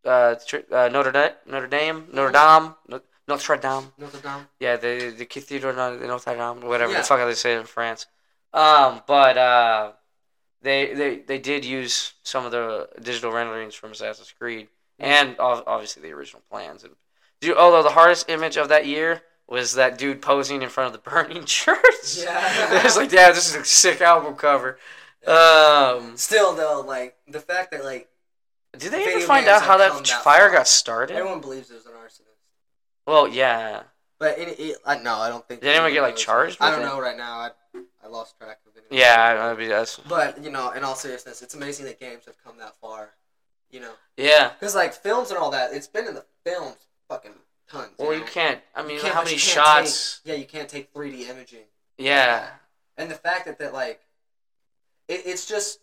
uh, uh, Tr- uh, Notre Dame, Notre Dame, Notre Dame, No- Notre Dame. Notre Dame. Yeah, the the Cathedral of Notre Dame, whatever Yeah. the fuck they say it in France. Um, but uh, they they they did use some of the digital renderings from Assassin's Creed Mm-hmm. and ob- obviously the original plans. And dude, although the hardest image of that year was that dude posing in front of the burning church. Yeah. it was like, yeah, this is a sick album cover. Um, Still though, like the fact that like did they ever Video find games out how have that come that fire far. got started? everyone believes there's an arsonist, Well, yeah. but it, it, I no, I don't think. Did anyone get like knows. charged? I with don't it? know right now. I, I lost track of it. Yeah, I- I'd be that's But you know, in all seriousness, it's amazing that games have come that far. You know, yeah. because like films and all that, it's been in the films fucking tons. Well, you you know? can't. I mean, can't- how but many you can't shots? Yeah, you can't take 3D imaging. Yeah, And the fact that that like, it, it's just,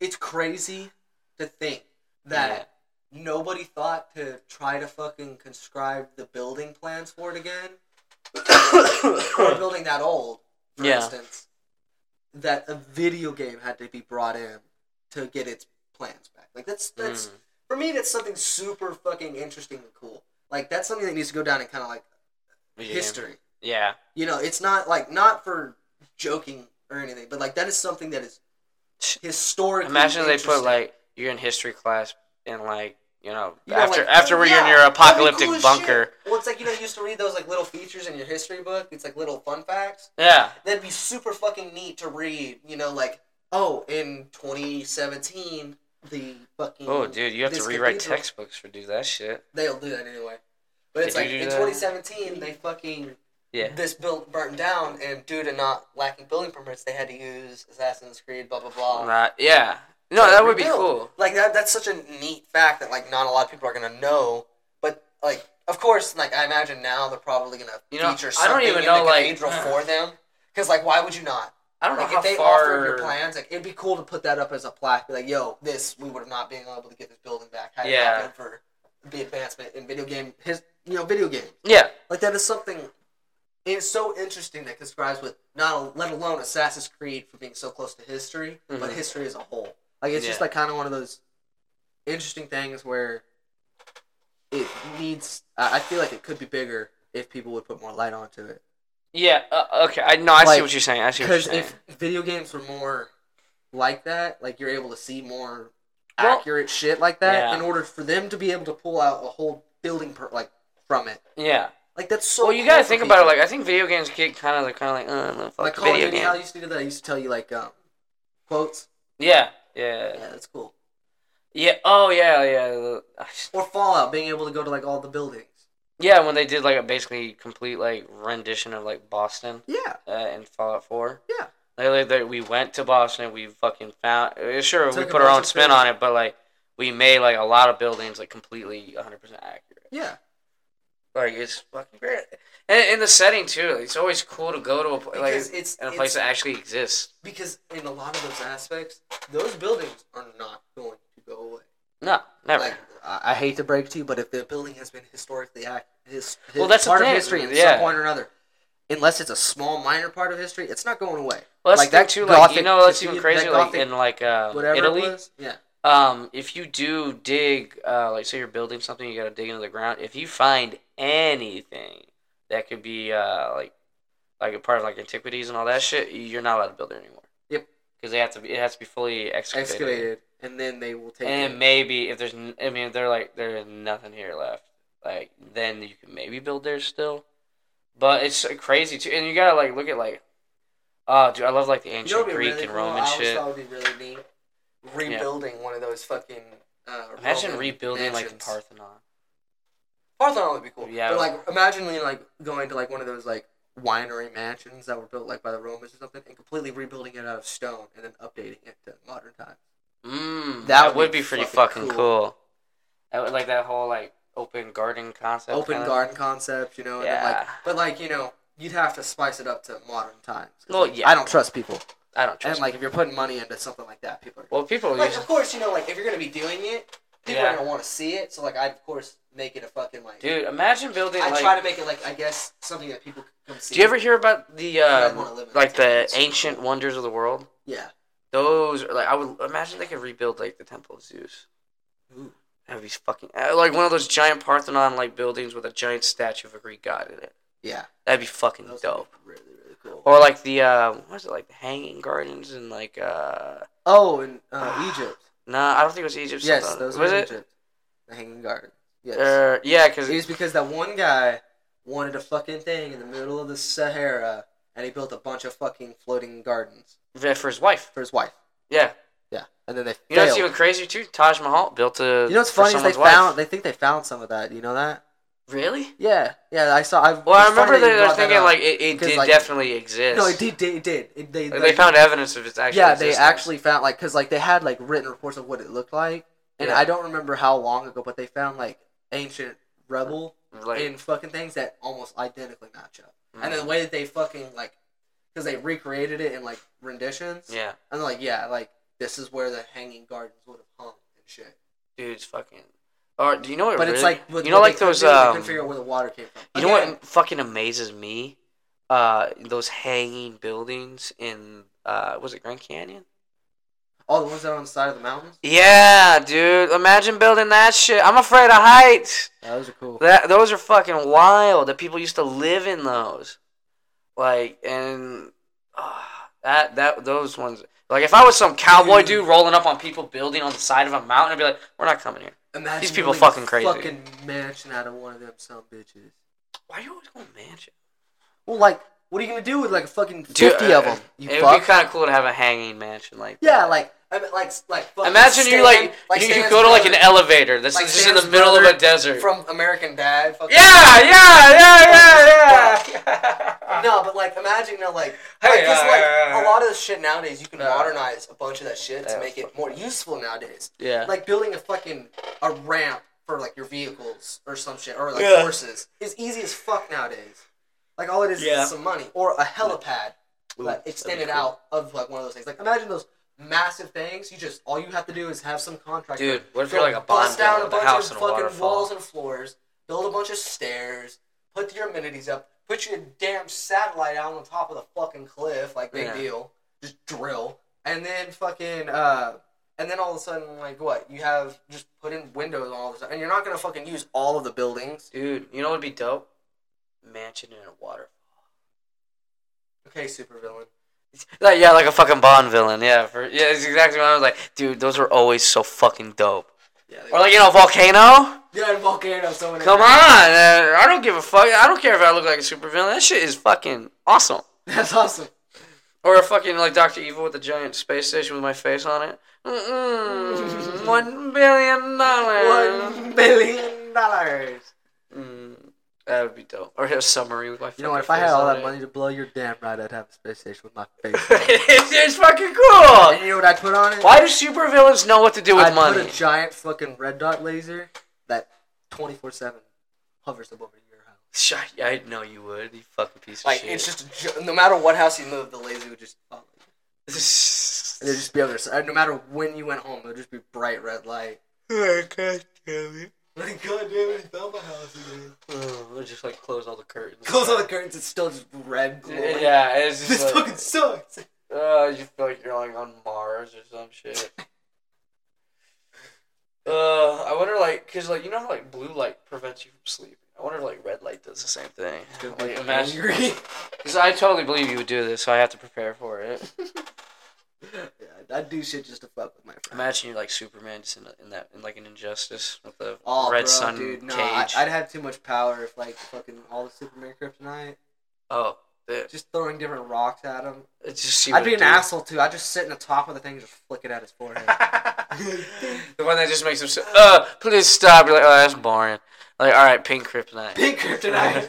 it's crazy to think that nobody thought to try to fucking conscribe the building plans for it again, or a building that old, for Yeah. instance, that a video game had to be brought in to get its plans back. Like that's that's Mm. for me that's something super fucking interesting and cool. Like that's something that needs to go down in kind of like Video game. history. Yeah, You know, it's not like not for joking or anything, but like that is something that is historically. imagine they put interesting. like you're in history class and like you know You know, after like, after we're yeah, in your that'd be cool apocalyptic as shit. bunker. Well, it's like you know, you used to read those like little features in your history book. It's like little fun facts. Yeah, That'd be super fucking neat to read. You know, like oh, in 2017, the fucking Oh, dude, you have Mm, this to rewrite cathedral- textbooks for do that shit. They'll do that anyway. But it's Did like you do in that? 2017, they fucking Yeah. this built burnt down, and due to not lacking building permits, they had to use Assassin's Creed, blah blah blah. Not, yeah. No, Like, that would be rebuild. cool. Like that, that's such a neat fact that like not a lot of people are gonna know. But like, of course, like I imagine now they're probably gonna You know, feature I something don't even in know, the like- cathedral for them. Because like, why would you not? I don't know like, how if they offered your far. plans, like it'd be cool to put that up as a plaque. Be like, yo, this we would have not been able to get this building back had it Yeah. not been for the advancement in video game his you know video game. Yeah, Like that is something. It's so interesting that describes with not let alone Assassin's Creed for being so close to history, but Mhm. history as a whole. Like it's just Yeah. like kind of one of those interesting things where it needs. I I feel like it could be bigger if people would put more light onto it. yeah. Uh, okay, I no, I see Like, what you're saying. I see what you're Because saying. if video games were more like that, like you're able to see more Well- accurate shit like that, Yeah. in order for them to be able to pull out a whole building per, like from it, yeah. like that's so. Well, you gotta cool for think about it. people. Like, I think video games get kind of like kind of like, uh, fuck Like the Call of video Duty, how I game. used to do that. I used to tell you like um, quotes. Yeah, yeah, Yeah, that's cool. yeah. Oh yeah, yeah. Or Fallout, being able to go to like all the buildings. Yeah, when they did like a basically complete like rendition of like Boston Yeah, uh, in Fallout Four. Yeah. Like, like, they- we went to Boston. We fucking found. uh, Sure, we Took a put our bunch own of spin on it, but like we made like a lot of buildings like completely 100 percent accurate. yeah. Like it's fucking great, and in the setting too. It's always cool to go to a pl- like Because it's in a place it's- that actually exists. because in a lot of those aspects, those buildings are not going to go away. No, never. Like I, I hate to break to you, but if the building has been historically ac his, Well, that's the part thing, of history at yeah. some point or another, unless it's a small minor part of history, it's not going away. well, that's like the thing that too. Like you Gothic know, that's cathedral- even that crazy. Like Gothic in like uh, Whatever Italy. it was, yeah. Um, if you do dig, uh, like say you're building something, you gotta dig into the ground. If you find anything that could be uh, like like a part of like antiquities and all that shit, you're not allowed to build it anymore. Yep. Because they have to. Be, it has to be fully excavated. excavated, and then they will take And it. maybe if there's, n- I mean, if they're like there's nothing here left, like then you can maybe build there still. But it's uh, crazy too, and you gotta like look at like, oh, dude, I love like the You know ancient what'd be Greek really and cool? Roman I always shit. thought would be really neat. Rebuilding one of those fucking. Uh, Imagine Roman rebuilding like mansions. the Parthenon. Parthenon would be cool. Yeah. Yeah. But like, imagine you know, like going to like one of those like winery mansions that were built like by the Romans or something, and completely rebuilding it out of stone and then updating it to modern times. Mm, that, That would would be, be pretty fucking fucking cool. That would, like that whole like open garden concept. Open kinda. garden concept, you know. And then, like, Yeah. but like you know, you'd have to spice it up to modern times. 'Cause, Well, like, yeah. I don't trust people, I don't and trust. like if you're putting money into something like that, people are. well, people Like, use of course, you know, like if you're gonna be doing it, people Yeah. are gonna want to see it. So like, I'd of course make it a fucking like. dude. Imagine building. I like, try to make it like I guess something that people can come see. do you ever hear about the I'd um, wanna live in like that the place. ancient wonders of the world? Yeah. Those are, like I would imagine they could rebuild like the Temple of Zeus. Ooh. That'd be fucking uh, like one of those giant Parthenon like buildings with a giant statue of a Greek god in it. Yeah. That'd be fucking Those would be dope. Really, really cool. Or like the uh, what is it like the Hanging Gardens and like uh, Oh, in uh, Egypt. nah, I don't think it was Egypt. Yes, something- those was were in it? Egypt. The Hanging Garden. Yes. Uh, yeah, because it was because that one guy wanted a fucking thing in the middle of the Sahara, and he built a bunch of fucking floating gardens Yeah, for his wife. for his wife. Yeah. Yeah, and then they You know failed. what's even crazier too? Taj Mahal built a. you know what's for funny is they someone's wife. found they think they found some of that. You know that? Really? Yeah, yeah. I saw. I, Well, I it's funny remember that you they were brought that thinking up. like it, it 'Cause, did like- definitely exist. No, it did. It did. It, they, Like, like- they found evidence of its actual. Yeah, they existence. actually found like because like they had like written reports of what it looked like, and Yeah. I don't remember how long ago, but they found like ancient rebel Like, mm, in fucking things that almost identically match up, and Mm-hmm. then the way that they fucking like because they recreated it in like renditions, yeah, and like yeah, like this is where the hanging gardens would have hung and shit. dude, it's fucking. Or do you know what? But really, it's like with you know what like they couldn't those do, they couldn't um. figure out where the water came from. You know what fucking amazes me? Uh, those hanging buildings in uh, was it Grand Canyon? All the ones that are on the side of the mountains. Yeah, dude. Imagine building that shit. I'm afraid of heights. Yeah, those are cool. That those are fucking wild. That people used to live in those. Like and ah, that that those ones. Like if I was some cowboy dude rolling up on people building on the side of a mountain, I'd be like, "We're not coming here." Imagine These people building a fucking crazy. Fucking mansion out of one of them some bitches. Why are you always going mansion? Well, like, what are you gonna do with like fucking Dude, uh, fifty of 'em? of them? You it would fuck. be kind of cool to have a hanging mansion like. yeah, that. like, I mean, like, like. fucking Imagine you Stan- like, you, you Stan's go to like an brother elevator. This Like is just in the Stan's middle of a brother desert. from American Dad. Fucking yeah, yeah, yeah, yeah, yeah. No, but like, imagine you know, like, Hey, like, 'cause, uh, like uh, a lot of this shit nowadays, you can Yeah. modernize a bunch of that shit to Yeah, make it more useful nowadays. yeah. Like building a fucking a ramp for like your vehicles or some shit or like Yeah. horses is easy as fuck nowadays. Like all it is Yeah. is some money or a helipad. like extended out of like one of those things. Like imagine those massive things. You just all you have to do is have some contract. Dude, what if Go you're like a bond bust down builder a with a bunch house and of a fucking waterfall? walls and floors, build a bunch of stairs, put your amenities up, put your damn satellite out on the top of the fucking cliff, like big Yeah. deal. Just drill, and then fucking uh, and then all of a sudden like what you have just put in windows on all this, and you're not gonna fucking use all of the buildings. Dude, you know what would be dope? Mansion in a waterfall. Okay, supervillain. Like, yeah, like a fucking Bond villain. Yeah, for, yeah, it's exactly what I was like. Dude, those are always so fucking dope. Yeah, Or like you know, volcano. yeah, and volcano. Someone Come on, uh, I don't give a fuck. I don't care if I look like a supervillain. That shit is fucking awesome. That's awesome. Or a fucking like Doctor Evil with a giant space station with my face on it. Mm-mm. One billion dollars. One billion dollars. Mm, that would be dope. Or a summary with my. You know what? If I had all that money to blow your damn right, I'd have a space station with my face. on it. it's, it's fucking cool. and you know what I'd put on it? Why do supervillains know what to do with I'd money? put a giant fucking red dot laser that twenty four seven hovers above your house. Sh- I know you would. You fucking piece of Like shit. it's just a jo- no matter what house you move, the laser would just. Follow you. just. And it'd just be on your side. No matter when you went home, it would just be bright red light. Oh, Like God damn it, he found my house again. Ugh, just like close all the curtains. Close all the curtains. It's still just red glow. Yeah, it's just This like, fucking sucks. Uh, you feel like you're like on Mars or some shit. uh, I wonder like, cause like you know how like blue light prevents you from sleeping. I wonder if, like red light does the same thing. Like imagine, Angry. cause I totally believe you would do this, so I have to prepare for it. yeah, I'd do shit just to fuck with my friends. Imagine you're like Superman just in, a, in that in like an injustice with the Oh, red bro, sun dude, no, I, cage. I'd have too much power if like fucking all the Superman kryptonite. oh, it, just throwing different rocks at him. it just see I'd what be it an do. asshole too. I'd just sit in the top of the thing and just flick it at his forehead. the one that just makes him say, "Uh, please stop." You're like, "Oh, that's boring." Like, all right, pink kryptonite. Pink kryptonite.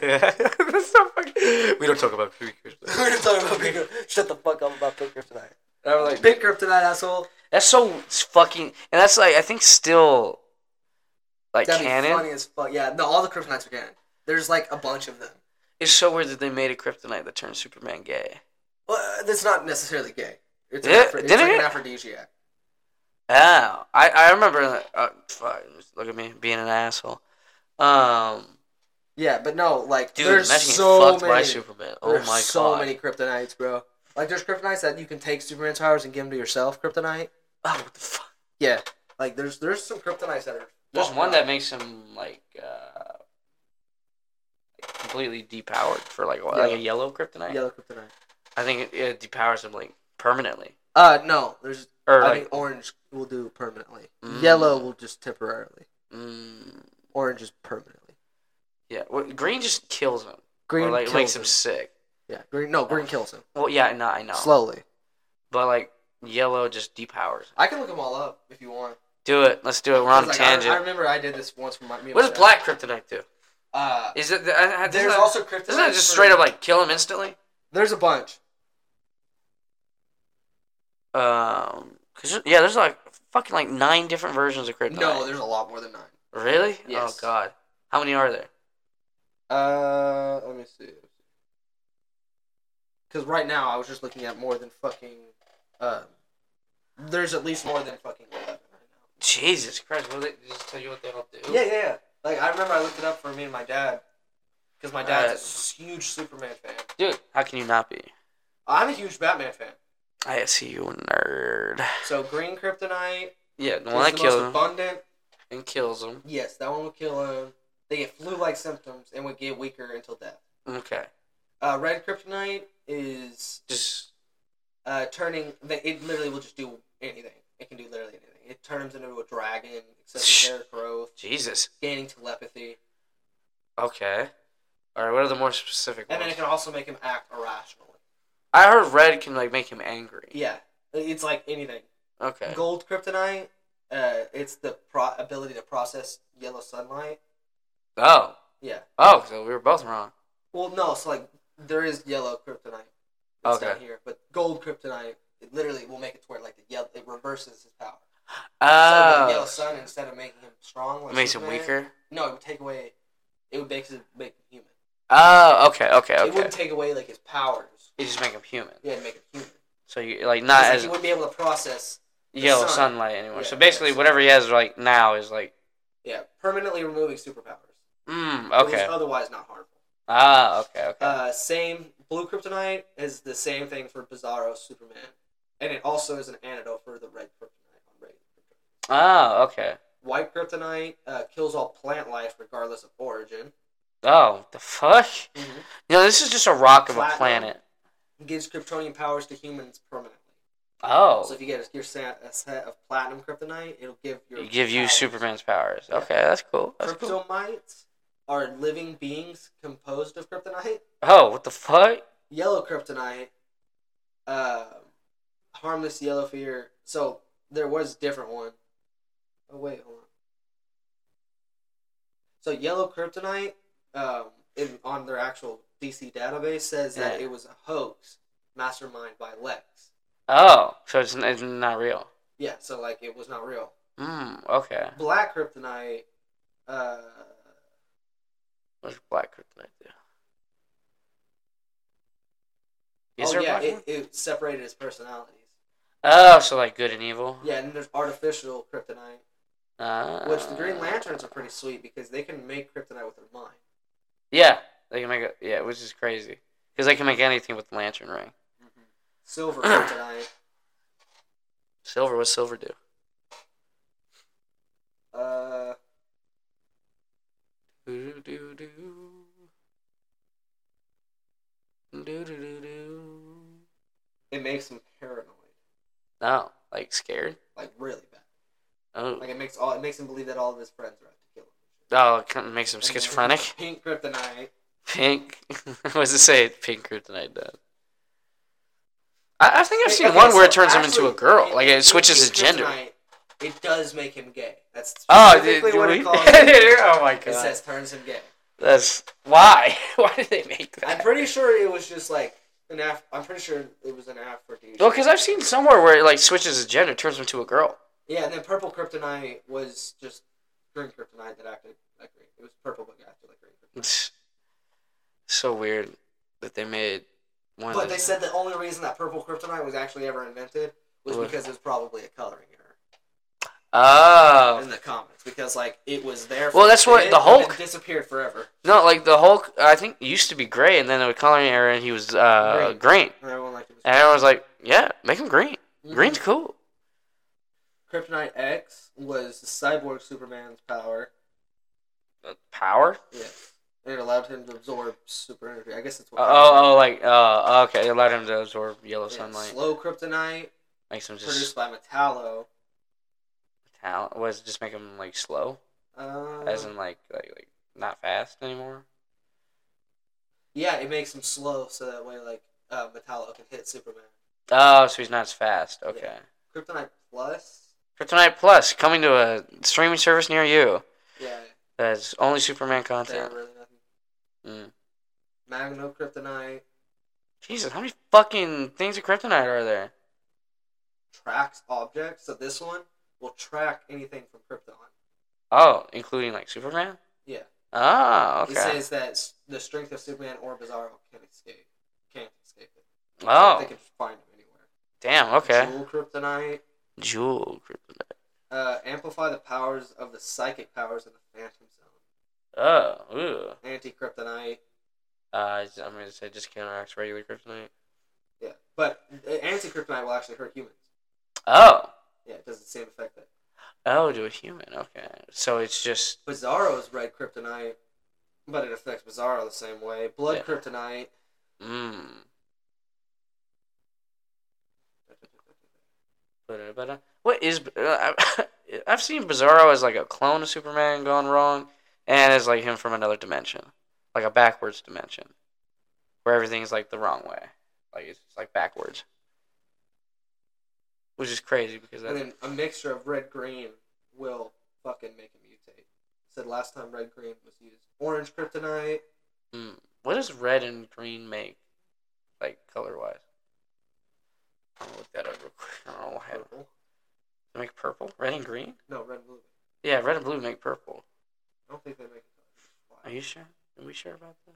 That's so fucking- We don't talk about pink kryptonite. We're just talking about bigger. Shut the fuck up about bigger tonight. I was like, Pink kryptonite asshole. that's so fucking, and that's like I think still like That'd be canon. funny as fuck. Yeah, no, all the kryptonites are canon. There's like a bunch of them. It's so weird that they made a kryptonite that turned Superman gay. Well, that's not necessarily gay. It's, Yeah, an, aphro- it's didn't like an it? aphrodisiac. Oh, I I remember. Uh, fuck, look at me being an asshole. Um, Yeah, but no, like dude, there's imagine so getting fucked many. by Superman. Oh there's my so god. many kryptonites, bro. Like there's kryptonites that you can take Superman's powers and give them to yourself. Kryptonite. Oh, what the fuck? Yeah. Like there's there's some kryptonites that are. There's fucked one up. that makes him like uh, like, completely depowered for like, what, like a yellow kryptonite. yellow kryptonite. I think it, it depowers him like permanently. Uh, no, there's Or I like mean, orange will do permanently. Mm. Yellow will just temporarily. mm, Orange is permanently. yeah, well, green just kills him. Green or like kills makes him it. sick. Yeah, green. No, green kills him Well, yeah, no, I know. slowly. But like yellow just depowers. I can look them all up if you want. Do it. Let's do it. We're on a Like, I- tangent. I, remember I did this once for my. me and what my does dad. black kryptonite do? Uh, Is it? I, I, doesn't There's that- also kryptonite. Doesn't it just for- straight up like kill him instantly? there's a bunch. Um, 'cause- yeah, there's like fucking like nine different versions of kryptonite. No, there's a lot more than nine. really? Yes. Oh god, how many are there? Uh, let me see. Because right now I was just looking at more than fucking. Uh, there's at least more than fucking eleven right Jesus Christ! Will they just tell you what they all do? Yeah, yeah, yeah. Like I remember I looked it up for me and my dad, because my dad's a s- huge Superman fan. dude, how can you not be? I'm a huge Batman fan. I see you, nerd. So green kryptonite Yeah, the one that is the kills most him abundant. and kills him. Yes, that one would kill him. They get flu-like symptoms and would get weaker until death. Okay, Uh, red kryptonite is just uh, turning. they- It literally will just do anything. It can do literally anything. It turns into a dragon, excessive hair growth, Jesus. gaining telepathy, Okay. All right. What are the more specific and then ones? it can also make him act irrationally. I heard red can like make him angry. Yeah, it's like anything. Okay. Gold kryptonite. Uh, it's the pro- ability to process yellow sunlight. Oh. Yeah. Oh, so we were both wrong. Well, no, so like there is yellow kryptonite. It's Okay. down here, but gold kryptonite it literally will make it to where like the yellow it reverses his power. so the yellow Oh. sun instead of making him strong, like makes him Superman, weaker. No, it would take away. It would make him make him human. Oh. Okay. Okay. It Okay. wouldn't take away like his powers. It just make him human. Yeah, it'd make him human. So you like not It's like as he wouldn't be able to process. yellow sun. sunlight anymore. Yeah, so basically, yes. whatever he has like now is like, Yeah, permanently removing superpowers. mm, It was okay. otherwise not harmful. Ah, okay, okay. Uh, same blue kryptonite is the same thing for Bizarro Superman, and it also is an antidote for the red kryptonite on red. kryptonite. oh, okay. White kryptonite uh, kills all plant life regardless of origin. Oh, the fuck? Mhm. No, this is just a rock of a Platinum. planet. Gives Kryptonian powers to humans permanently. So Oh, if you get your set, a set of platinum kryptonite, it'll give your give you powers. Superman's powers. Yeah. Okay, that's cool. That's cool. Kryptomites are living beings composed of kryptonite. Oh, what the fuck? Yellow kryptonite, uh, harmless yellow fear. So there was a different one. Oh wait, hold on. So yellow kryptonite, um, in, on their actual DC database says that Yeah. it was a hoax, mastermind by Lex. Oh, so it's, it's not real. Yeah, so like it was not real. Mm, okay. Black kryptonite, uh. What's black kryptonite do? Is oh there yeah, black it, one? it separated his personalities. Oh, so like good and evil. Yeah, and then there's artificial kryptonite, Ah. which the Green Lanterns are pretty sweet because they can make kryptonite with their mind. Yeah, they can make it. Yeah, which is crazy because they can make anything with the lantern ring. Silver kryptonite, Silver, what's silver do? uh, Do do do do do do do. it makes him paranoid, No, like scared. like really bad. Oh, Like it makes all it makes him believe that all of his friends are out to kill him. oh, it kind of makes them And then schizophrenic. Pink kryptonite. Pink. what does it say? Pink kryptonite does. I, I think I've seen Okay, one where so it turns him into a actually, girl. Like it switches his pink gender. kryptonite, It does make him gay. That's Oh, did, specifically did what we? it calls it. oh my It god. says turns him gay. That's why. why did they make that? I'm pretty sure it was just like an af- I'm pretty sure it was an aphrodisiac. Well, because I've seen somewhere where it like switches his gender, turns him to a girl. Yeah, and then purple kryptonite was just green kryptonite that acted like green. It was purple but acted like green. Kryptonite. It's so weird that they made one. But of they those. said the only reason that purple kryptonite was actually ever invented was What? because it was probably a coloring error "Oh, in the comics. Because like it was there. For Well, a that's what bit, the and then Hulk- disappeared forever. no!" Like the Hulk, I think used to be gray, and then there was coloring error, and he was uh, green. Green. And everyone liked it. Was And everyone was like, "Yeah, make him green. Mhm. Green's cool." Kryptonite X was cyborg Superman's power. Uh, Power? Yeah, and it allowed him to absorb super energy. I guess that's what. Oh, oh, oh, like, oh, okay. It allowed him to absorb yellow Yeah, sunlight. Slow kryptonite Makes him produced just by Metallo. talent. Was just make him like slow, Uh, as in like, like, like not fast anymore. yeah, it makes him slow so that way like uh, Metallo can hit Superman. Oh, so he's not as fast. Okay. Kryptonite Plus. Kryptonite Plus coming to a streaming service near you. Yeah, That's only Superman they're content. really nothing. Mm. Magno Kryptonite Jesus, how many fucking things of Kryptonite are there? tracks objects, so this one will track anything from Krypton. Oh, including like Superman. Yeah. Oh, He okay. says that s- the strength of Superman or Bizarro can't escape. Can't escape it. Oh, They can find him anywhere. damn. Okay. Jewel Kryptonite. Jewel Kryptonite. Uh, amplify the powers of the psychic powers of the Phantom Zone. Oh, ooh. Anti Kryptonite. Uh, I'm gonna say just counteracts regular Kryptonite. Yeah. But anti Kryptonite will actually hurt humans. Oh. Yeah, it does the same effect that. Oh, to a human. Okay. So it's just Bizarro's red kryptonite, but it affects Bizarro the same way. Blood Yeah. kryptonite. mmm. But, but uh, what is uh, I've seen Bizarro as like a clone of Superman gone wrong, and as like him from another dimension, like a backwards dimension, where everything's like the wrong way, like it's just, like backwards, which is crazy because And that, then a mixture of red green will fucking make him mutate. Said last time red green was used. Orange kryptonite. mm, what does red and green make, like color wise? I'm gonna look that up real quick. I don't know why. Purple. They make purple, red and green. No, red and blue. Yeah, red and blue make purple. I don't think they make it. Are you sure? Are we sure about this?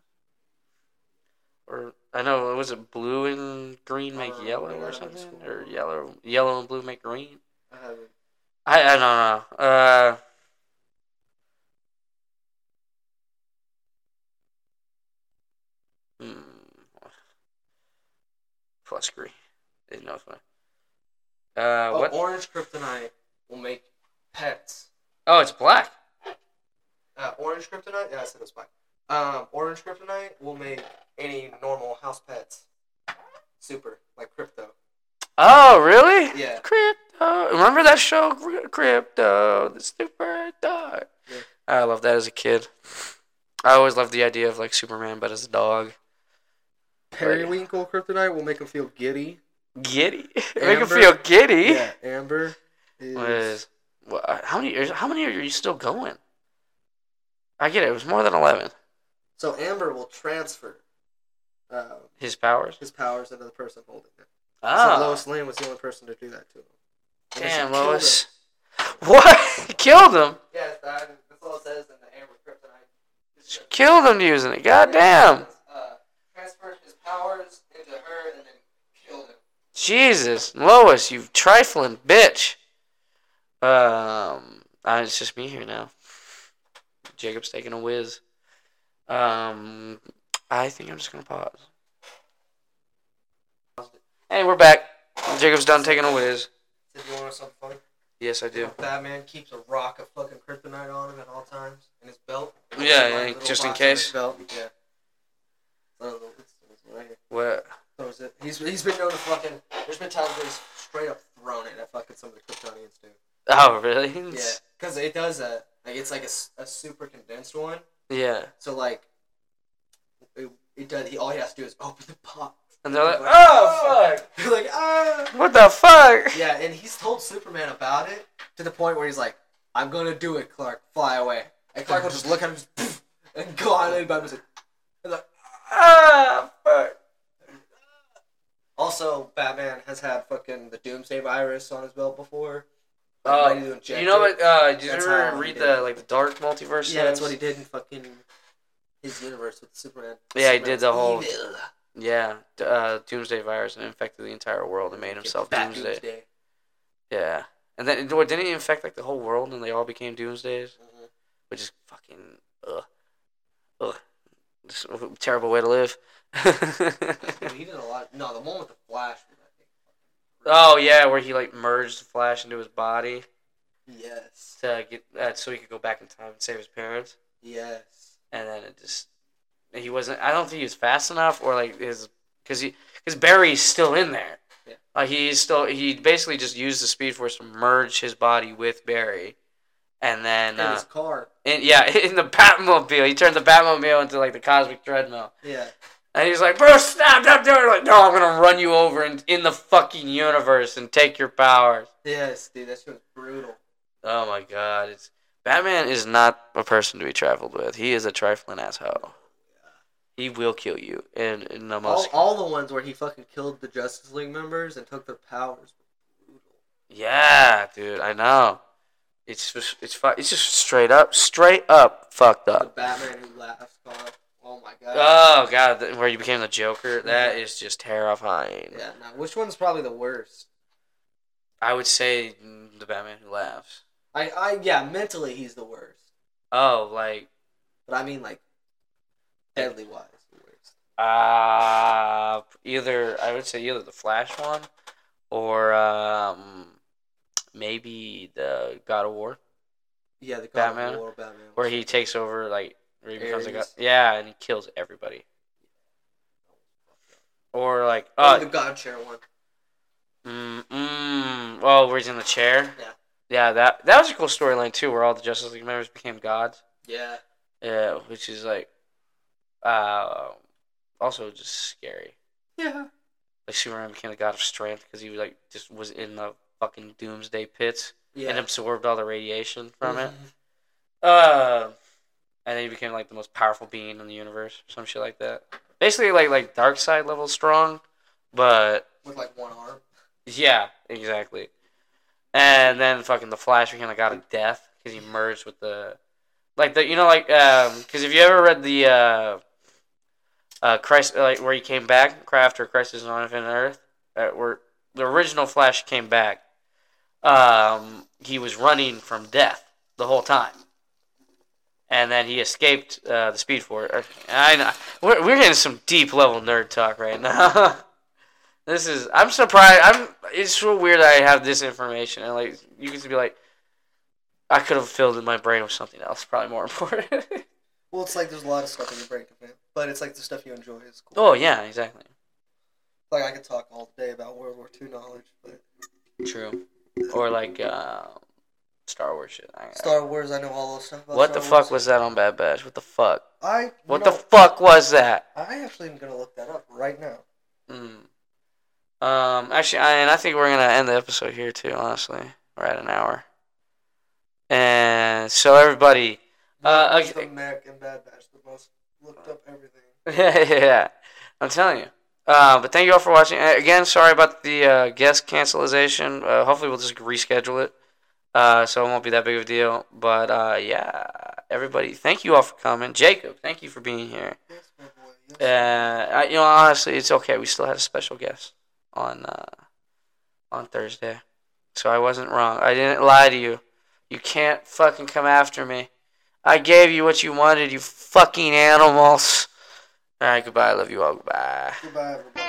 Or I know was it blue and green make Uh, yellow when I or was in something, school. or yellow yellow and blue make green? I haven't. I I don't know. Uh, hmm. plus green. There's no way. Uh, Oh, what? orange kryptonite will make pets. oh, it's black. Uh, orange kryptonite. Yeah, I said it was black. Um, orange kryptonite will make any normal house pets super, like crypto. Oh, really? Yeah. Crypto. Remember that show, Cry- Crypto, the Super Dog? Yeah. I loved that as a kid. I always loved the idea of like Superman, but as a dog. Periwinkle kryptonite will make him feel giddy. Giddy. Make him Amber? feel giddy. Yeah, Amber is Was, wha- how many? Years, how many are you still going? I get it. It was more than eleven. So Amber will transfer uh, His powers. his powers into the person holding it. Ah, So Lois Lane was the only person to do that to him. And she damn, killed Lois. What? killed him. him. Yes, that, that's all it says in the Amber kryptonite. She killed him using it. God damn. Uh, transferred his powers into her and then killed him. Jesus, Lois, you trifling bitch. Um, uh, it's just me here now. Jacob's taking a whiz. Um, I think I'm just gonna pause. Hey, we're back. Jacob's done taking a whiz. Did you want to know something funny? Yes, I do. Batman keeps a rock of fucking kryptonite on him at all times in his belt. Yeah, Like, yeah, little just in box on his case. Belt. Yeah. So, it's- it's right here. What? So is it- He's, he's been known to fucking. There's been times where he's straight up thrown it at fucking some of the Kryptonians, too. Oh, really? Yeah, because it does that. Like it's like a, s- a super condensed one. Yeah. So like, it, it does. He all he has to do is open the box. And they're like, oh fuck! They're like, ah. What the fuck? Yeah, and he's told Superman about it to the point where he's like, I'm gonna do it, Clark. Fly away. And Clark will just look at him just, poof, and gone. And Batman's like, and like, Ah, fuck. also Batman has had fucking the Doomsday virus on his belt before. Like, Oh, ready to inject you know it. what? Uh, did you That's ever how he read did the like the Dark Multiverse? Yeah, series? that's what he did in fucking his universe with Superman. Yeah, he did the Superman's whole- evil. Yeah, d- uh, Doomsday virus and infected the entire world and made himself Bat Doomsday. Yeah, and then what, didn't he infect like the whole world and they all became Doomsdays, Mhm. which is fucking ugh, ugh, Just a terrible way to live. Dude, he did a lot. No, the one with the Flash. was, oh yeah, where he like merged the Flash into his body I think. Yes. to get uh, so he could go back in time and save his parents, Yes. and then it just he wasn't. I don't think he was fast enough or like his because he because Barry's still in there. Yeah. Like he's still he basically just used the Speed Force to merge his body with Barry, and then And uh, his car in yeah, in the Batmobile. He turned the Batmobile into like the cosmic treadmill. Yeah. And he's like, bro, stop, stop doing it. Like, no, I'm gonna run you over in, in the fucking universe and take your powers. Yes, dude, that shit was brutal. Oh my god, it's Batman is not a person to be traveled with. He is a trifling asshole. He will kill you in in the All, most. all the ones where he fucking killed the Justice League members and took their powers. Yeah, dude, I know. It's just it's fu- it's just straight up, straight up fucked The up. Batman who laughs. God. Oh my god. Oh god, th- where you became the Joker? That is just terrifying. yeah. Now, which one's probably the worst? I would say mm, the Batman who laughs. I, I, yeah, mentally he's the worst, Oh, like but I mean like, deadly wise, the worst. Uh, either I would say either the Flash one, or um, maybe the God of War, Yeah, the God Batman? Of War, Batman. where he takes over like where he becomes a god. Ares. Yeah, and he kills everybody. Or like Or uh, Oh, the God Chair one. mm, mm, oh, where he's in the chair. Yeah. Yeah, that that was a cool storyline too, where all the Justice League members became gods. Yeah. Yeah, which is like, uh, also just scary. Yeah. like Superman became the god of strength because he was like just was in the fucking doomsday pits Yeah. Mm-hmm. and absorbed all the radiation from it. Uh, and then he became like the most powerful being in the universe, some shit like that. Basically, like like dark side level strong, but With like one arm. yeah, exactly. And then fucking the Flash became the god of death because he merged with the, like the you know like um because if you ever read the uh, uh Christ like where he came back Cry after Crisis on Infinite Earth uh, where the original Flash came back, um he was running from death the whole time. And then he escaped uh, the Speed Force. I know we're we're getting some deep level nerd talk right now. This is I'm surprised I'm it's so weird I have this information and like you could be like I could have filled in my brain with something else, probably more important. Well, it's like there's a lot of stuff in your brain, man. But it's like the stuff you enjoy is cool. oh yeah, exactly. Like I could talk all day about World War II knowledge, but True. Or like uh, Star Wars shit. I, Star Wars, I know all those stuff. About what the Star fuck was that on Bad Batch? What the fuck? I? you What know, the fuck was that? I actually am gonna look that up right now. Mm. Um actually I, and I think we're going to end the episode here too, honestly. We're at an hour. And so everybody Uh, Just okay. The Mac and Bad Batch, the most looked up everything. yeah, yeah, yeah. I'm telling you. Uh, but thank you all for watching. Uh, Again, sorry about the uh, guest cancelization. Uh, hopefully, we'll just reschedule it, uh, so it won't be that big of a deal. But uh, yeah, everybody, thank you all for coming. Jacob, thank you for being here. Yes, my boy. Yes. Uh, I, you know, honestly, it's okay. We still had a special guest on uh, on Thursday, so I wasn't wrong. I didn't lie to you. You can't fucking come after me. I gave you what you wanted, you fucking animals. All right, goodbye. I love you all. Goodbye. Goodbye, everybody.